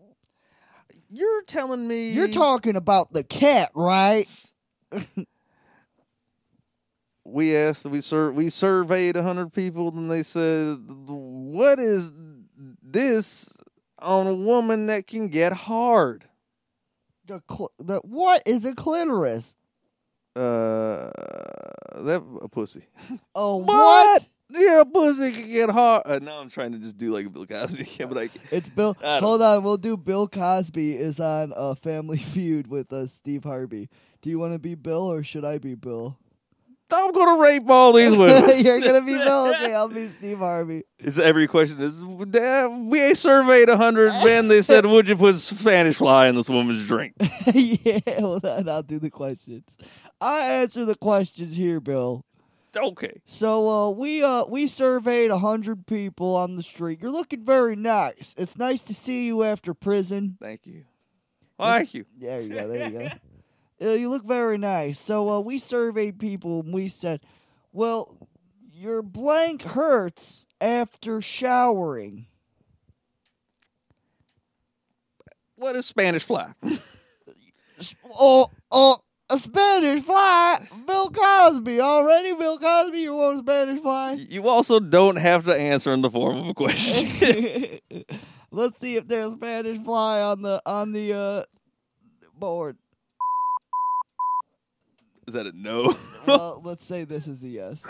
Speaker 2: You're telling me
Speaker 1: You're talking about the cat, right?
Speaker 2: we asked we sur- we surveyed 100 people and they said what is this on a woman that can get hard
Speaker 1: The, cl- the what is a clitoris?
Speaker 2: uh that a pussy
Speaker 1: Oh, what?
Speaker 2: yeah a pussy can get hard uh, now i'm trying to just do like a bill cosby again but i can't.
Speaker 1: It's Bill.
Speaker 2: I don't-
Speaker 1: Hold on, we'll do Bill Cosby is on a Family Feud with uh, Steve Harvey. Do you want to be Bill or should I be Bill?
Speaker 2: i'm gonna rape all these women
Speaker 1: You're gonna be Bill. Okay, I'll be Steve Harvey.
Speaker 2: is every question is uh, we surveyed 100 men they said would you put spanish fly in this woman's drink
Speaker 1: yeah, hold on. I'll do the questions. I answer the questions here, Bill.
Speaker 2: okay
Speaker 1: So uh, we uh, we surveyed hundred people on the street. You're looking very nice. It's nice to see you after prison.
Speaker 2: thank you thank you
Speaker 1: There you go. There you go. Uh, you look very nice. So uh, we surveyed people and we said, "Well, your blank hurts after showering."
Speaker 2: what is spanish fly
Speaker 1: Oh, oh, a Spanish fly, Bill Cosby. Already, Bill Cosby, you want a Spanish fly?
Speaker 2: You also don't have to answer in the form of a question.
Speaker 1: Let's see if there's Spanish fly on the on the uh, board.
Speaker 2: Is that a no?
Speaker 1: Well, let's say this is a yes.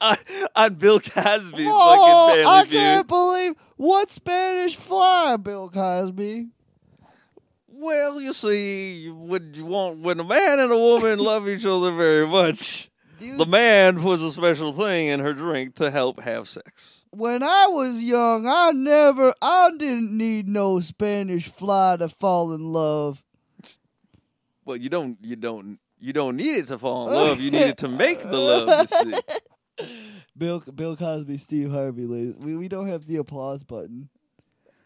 Speaker 2: on, on Bill Cosby's
Speaker 1: Whoa, Oh, I
Speaker 2: fucking family
Speaker 1: can't
Speaker 2: feud.
Speaker 1: believe what Spanish fly, Bill Cosby.
Speaker 2: Well, you see, when you want when a man and a woman love each other very much,
Speaker 1: Dude,
Speaker 2: the man puts a special thing in her drink to help have sex.
Speaker 1: when I was young, I never, I didn't need no Spanish fly to fall in love.
Speaker 2: Well, you don't, you don't, you don't need it to fall in love. You need it to make the love. You see.
Speaker 1: Bill, Bill Cosby, Steve Harvey, ladies. We, we don't have the applause button.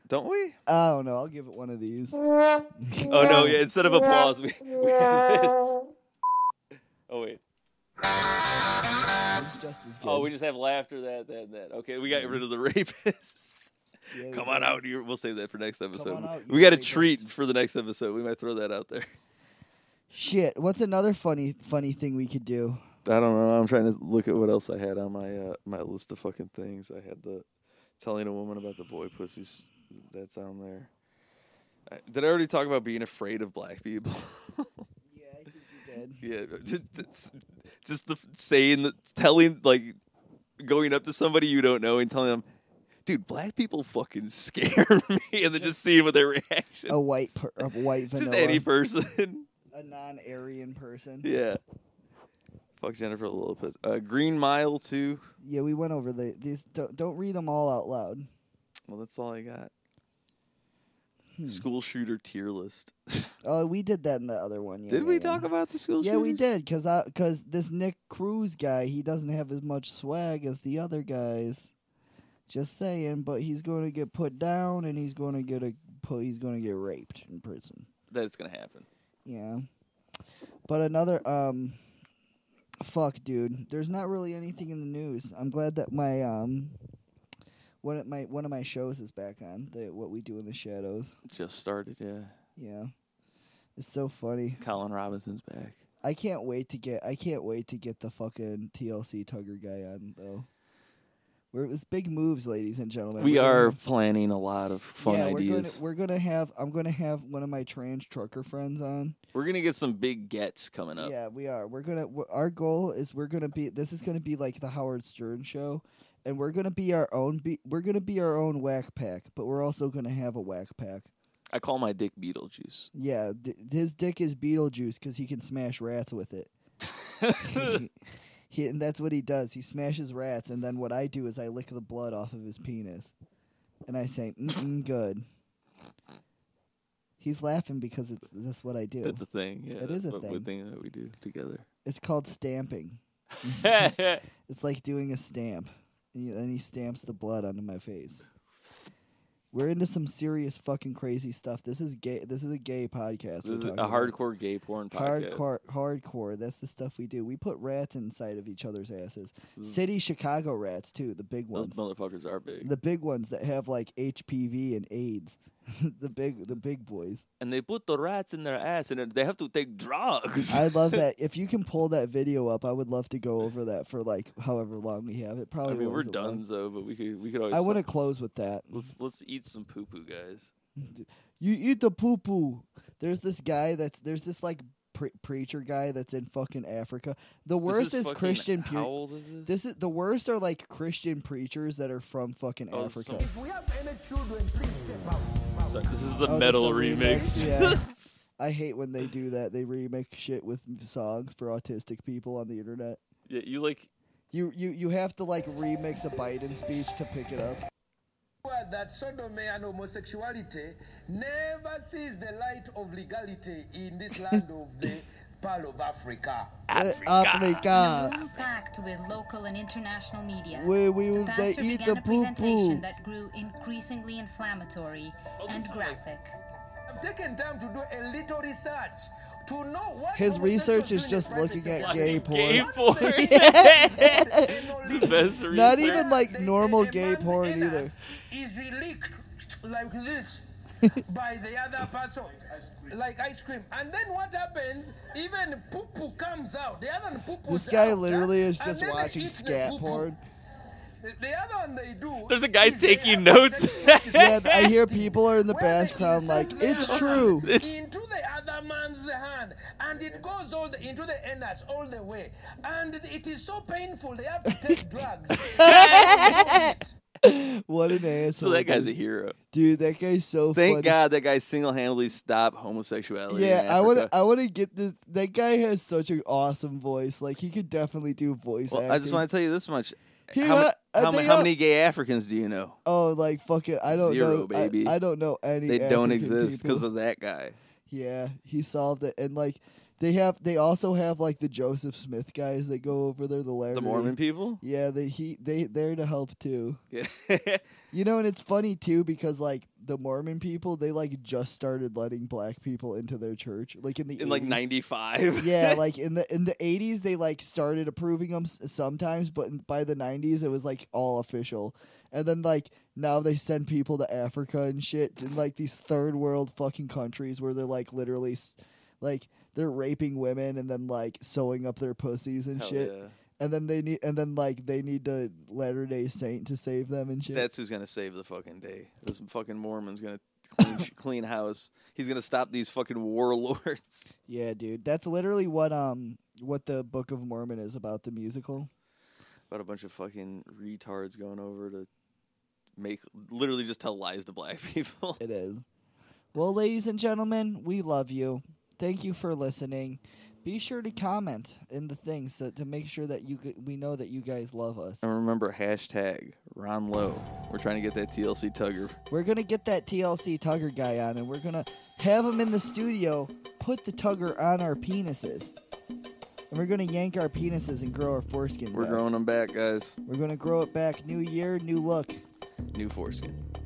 Speaker 2: Don't we?
Speaker 1: I don't know. I'll give it one of these.
Speaker 2: Oh no! Yeah, instead of applause, we, we have this. Oh wait.
Speaker 1: It's just as good.
Speaker 9: Oh, we just have laughter. That that that. Okay, we got rid of the rapists.
Speaker 1: Yeah, we
Speaker 2: Come on
Speaker 1: did.
Speaker 2: out. you we'll save that for next episode.
Speaker 1: on out,
Speaker 2: we
Speaker 1: you
Speaker 2: got a
Speaker 1: rapist.
Speaker 2: treat for the next episode. We might throw that out there.
Speaker 1: Shit. What's another funny, funny thing we could do?
Speaker 2: I don't know. I'm trying to look at what else I had on my uh, my list of fucking things. I had the telling a woman about the boy pussies. That's on there. I, did I already talk about being afraid of black people?
Speaker 1: Yeah, I think you did.
Speaker 2: yeah, that's- just the saying, that, telling like going up to somebody you don't know and telling them, "Dude, black people fucking scare me," and then just, seeing what their reaction.
Speaker 1: A white, per- a white Oh, vanilla,
Speaker 2: just any person.
Speaker 1: a non-Aryan person.
Speaker 2: Yeah. Fuck Jennifer Lopez. Uh, Green Mile too.
Speaker 1: Yeah, we went over the these. Don't, don't read them all out loud.
Speaker 2: Well, that's all I got.
Speaker 1: Hmm.
Speaker 2: School shooter tier list.
Speaker 1: Oh, we did that in the other one. Yeah,
Speaker 2: did
Speaker 1: yeah,
Speaker 2: we
Speaker 1: yeah.
Speaker 2: talk about the school?
Speaker 1: Yeah, we
Speaker 2: shooters?
Speaker 1: did because because this Nick Cruz guy he doesn't have as much swag as the other guys. Just saying, but he's going to get put down and he's going to get a put. He's going to get raped in prison.
Speaker 9: That's gonna happen.
Speaker 1: Yeah, but another um, fuck, dude. There's not really anything in the news. I'm glad that my um. One of my one of my shows is back on the what we do in the shadows.
Speaker 9: Just started. Yeah,
Speaker 1: Yeah, it's so funny.
Speaker 9: Colin Robinson's back.
Speaker 1: I can't wait to get I can't wait to get the fucking TLC Tugger guy on though. We're it's big moves, ladies and gentlemen.
Speaker 9: We
Speaker 1: We're gonna
Speaker 9: are
Speaker 1: have-
Speaker 9: planning a lot of fun
Speaker 1: yeah,
Speaker 9: ideas.
Speaker 1: We're gonna, we're gonna have I'm gonna have one of my trans trucker friends on.
Speaker 9: get some big gets coming up.
Speaker 1: Yeah, we are. We're gonna w- our goal is we're gonna be this is gonna be like the Howard Stern show, and we're gonna be our own be, we're gonna be our own whack pack, but we're also gonna have a whack pack.
Speaker 9: I call my dick Beetlejuice.
Speaker 1: Yeah, d- his dick is Beetlejuice because he can smash rats with it. he, and that's what he does. He smashes rats, and then what I do is I lick the blood off of his penis, and I say, Mm-mm, "Good." He's laughing because it's that's what I do.
Speaker 9: That's a thing. Yeah,
Speaker 1: It is
Speaker 9: that's
Speaker 1: a
Speaker 9: what- what
Speaker 1: thing.
Speaker 9: thing that we do together.
Speaker 1: it's called stamping. It's like doing a stamp, and he- and he stamps the blood onto my face. We're into some serious fucking crazy stuff. This is gay. This is a gay podcast. we're
Speaker 9: This is a
Speaker 1: talking about.
Speaker 9: hardcore gay porn podcast.
Speaker 1: Hardcore, hardcore. That's the stuff we do. We put rats inside of each other's asses. City Chicago rats too, the big
Speaker 9: Mm. Those
Speaker 1: ones,
Speaker 9: motherfuckers are big,
Speaker 1: the big ones that have like HPV and AIDS. the big, the big boys.
Speaker 9: and they put the rats in their ass, and they have to take drugs.
Speaker 1: I love that. If you can pull that video up, I would love to go over that for like however long we have. It
Speaker 9: I
Speaker 1: probably.
Speaker 9: mean, we're
Speaker 1: wasn't long.
Speaker 9: done though, but we could we could always.
Speaker 1: I want to close with that.
Speaker 9: let's let's eat some poo poo, guys.
Speaker 1: You eat the poo poo. There's this guy that's there's this like pre- preacher guy that's in fucking Africa. The
Speaker 9: This
Speaker 1: worst is,
Speaker 9: fucking-
Speaker 1: Christian. Pu-
Speaker 9: How old is this?
Speaker 1: This is the worst are like Christian preachers that are from fucking
Speaker 9: Oh, it's
Speaker 1: Africa.
Speaker 9: some-
Speaker 10: If we have any children, please step out.
Speaker 9: So- this is the
Speaker 1: Oh, that's
Speaker 9: metal
Speaker 1: a
Speaker 9: remix.
Speaker 1: Yeah. I hate when they do that. They remake shit with songs for autistic people on the internet.
Speaker 9: yeah, you like
Speaker 1: You you you have to like remix a Biden speech to pick it up.
Speaker 10: That sodomy and homosexuality never sees the light of legality in this land of the Pearl of Africa.
Speaker 1: Africa. Eh, Africa.
Speaker 12: Packed with local and international media.
Speaker 1: We we Uh, will
Speaker 12: The
Speaker 1: they
Speaker 12: pastor
Speaker 1: eat
Speaker 12: began
Speaker 1: the
Speaker 12: a
Speaker 1: poo
Speaker 12: presentation
Speaker 1: poo.
Speaker 12: that grew increasingly inflammatory and graphic.
Speaker 10: I've taken time to do a little research to know what
Speaker 1: His research is
Speaker 10: homosexuals do in
Speaker 1: just
Speaker 10: the privacy
Speaker 1: looking
Speaker 10: of
Speaker 1: at
Speaker 10: their
Speaker 1: gay
Speaker 10: own
Speaker 1: porn.
Speaker 9: gay porn.
Speaker 10: The
Speaker 9: That's the
Speaker 1: Not
Speaker 9: reason.
Speaker 1: even like
Speaker 10: They-
Speaker 1: normal
Speaker 10: a
Speaker 1: gay
Speaker 10: man's
Speaker 1: porn either.
Speaker 10: anus Is leaked like this by the other person, like ice cream? And then what happens? Even poo poo comes out. The other poo poo.
Speaker 1: This guy literally is just watching scat porn.
Speaker 10: The, the other one they do.
Speaker 9: There's a guy
Speaker 10: is they
Speaker 9: taking
Speaker 10: have a
Speaker 9: notes.
Speaker 10: sex which is
Speaker 1: Yeah, I hear
Speaker 10: nasty,
Speaker 1: people are in the
Speaker 10: where they
Speaker 1: background like
Speaker 10: insert their
Speaker 1: it's
Speaker 10: hand
Speaker 1: true.
Speaker 10: Into the other man's hand, and it goes all the, into the anus all the way, and it is so painful they have to take drugs.
Speaker 1: What an asshole.
Speaker 9: So that guy's a
Speaker 1: dude.
Speaker 9: hero.
Speaker 1: Dude, that guy's so
Speaker 2: Thank
Speaker 1: funny.
Speaker 2: God that guy single handedly stopped homosexuality.
Speaker 1: Yeah,
Speaker 2: in
Speaker 1: I want to.
Speaker 2: Africa.
Speaker 1: I want to get this. That guy has such an awesome voice. Like he could definitely do voice
Speaker 2: Well,
Speaker 1: acting.
Speaker 2: I just want to tell you this much.
Speaker 1: He
Speaker 2: how, ma-
Speaker 1: got- uh,
Speaker 2: how, ma-
Speaker 1: they
Speaker 2: how
Speaker 1: got-
Speaker 2: many gay Africans do you know?
Speaker 1: Oh, like fucking. I don't
Speaker 2: Zero,
Speaker 1: know. I-
Speaker 2: baby.
Speaker 1: I, don't know any.
Speaker 2: They don't
Speaker 1: African
Speaker 2: exist
Speaker 1: people.
Speaker 2: because of that guy.
Speaker 1: Yeah, he solved it, and like they have. They also have like the Joseph Smith guys that go over there. The
Speaker 2: The
Speaker 1: Latter-day-
Speaker 2: Mormon people?
Speaker 1: Yeah, they he they they're to help too.
Speaker 2: Yeah.
Speaker 1: You know, and it's funny too because like the Mormon people, they like just started letting black people into their church, like in the
Speaker 2: in like
Speaker 1: 80s.
Speaker 2: 95.
Speaker 1: yeah, like in the in the eighties, they like started approving them s- sometimes, but in- by the nineties, it was like all official. And then like now they send people to Africa and shit, and like these third world fucking countries where they're like literally, s- like they're raping women and then like sewing up their pussies and
Speaker 2: Hell
Speaker 1: shit.
Speaker 2: yeah.
Speaker 1: And then they need, and then like they need a Latter Day Saint to save them and shit.
Speaker 2: That's who's going to save the fucking day. This fucking Mormon's going to clean, clean house. He's going to stop these fucking warlords.
Speaker 1: yeah, dude, that's literally what um what the Book of Mormon is about. The musical.
Speaker 2: About a bunch of fucking retards going over to make literally just tell lies to black people.
Speaker 1: It is. Well, ladies and gentlemen, we love you. Thank you for listening. Be sure to comment in the things so, to make sure that you g- we know that you guys love us.
Speaker 2: And remember, hashtag Ron Lowe. We're trying to get that TLC tugger.
Speaker 1: We're gonna get that TLC Tugger guy on, and we're gonna have him in the studio, put the Tugger on our penises, and we're gonna yank our penises and grow our foreskin.
Speaker 2: We're
Speaker 1: back.
Speaker 2: growing them back, guys.
Speaker 1: We're gonna grow it back. New year, new look.
Speaker 2: New foreskin.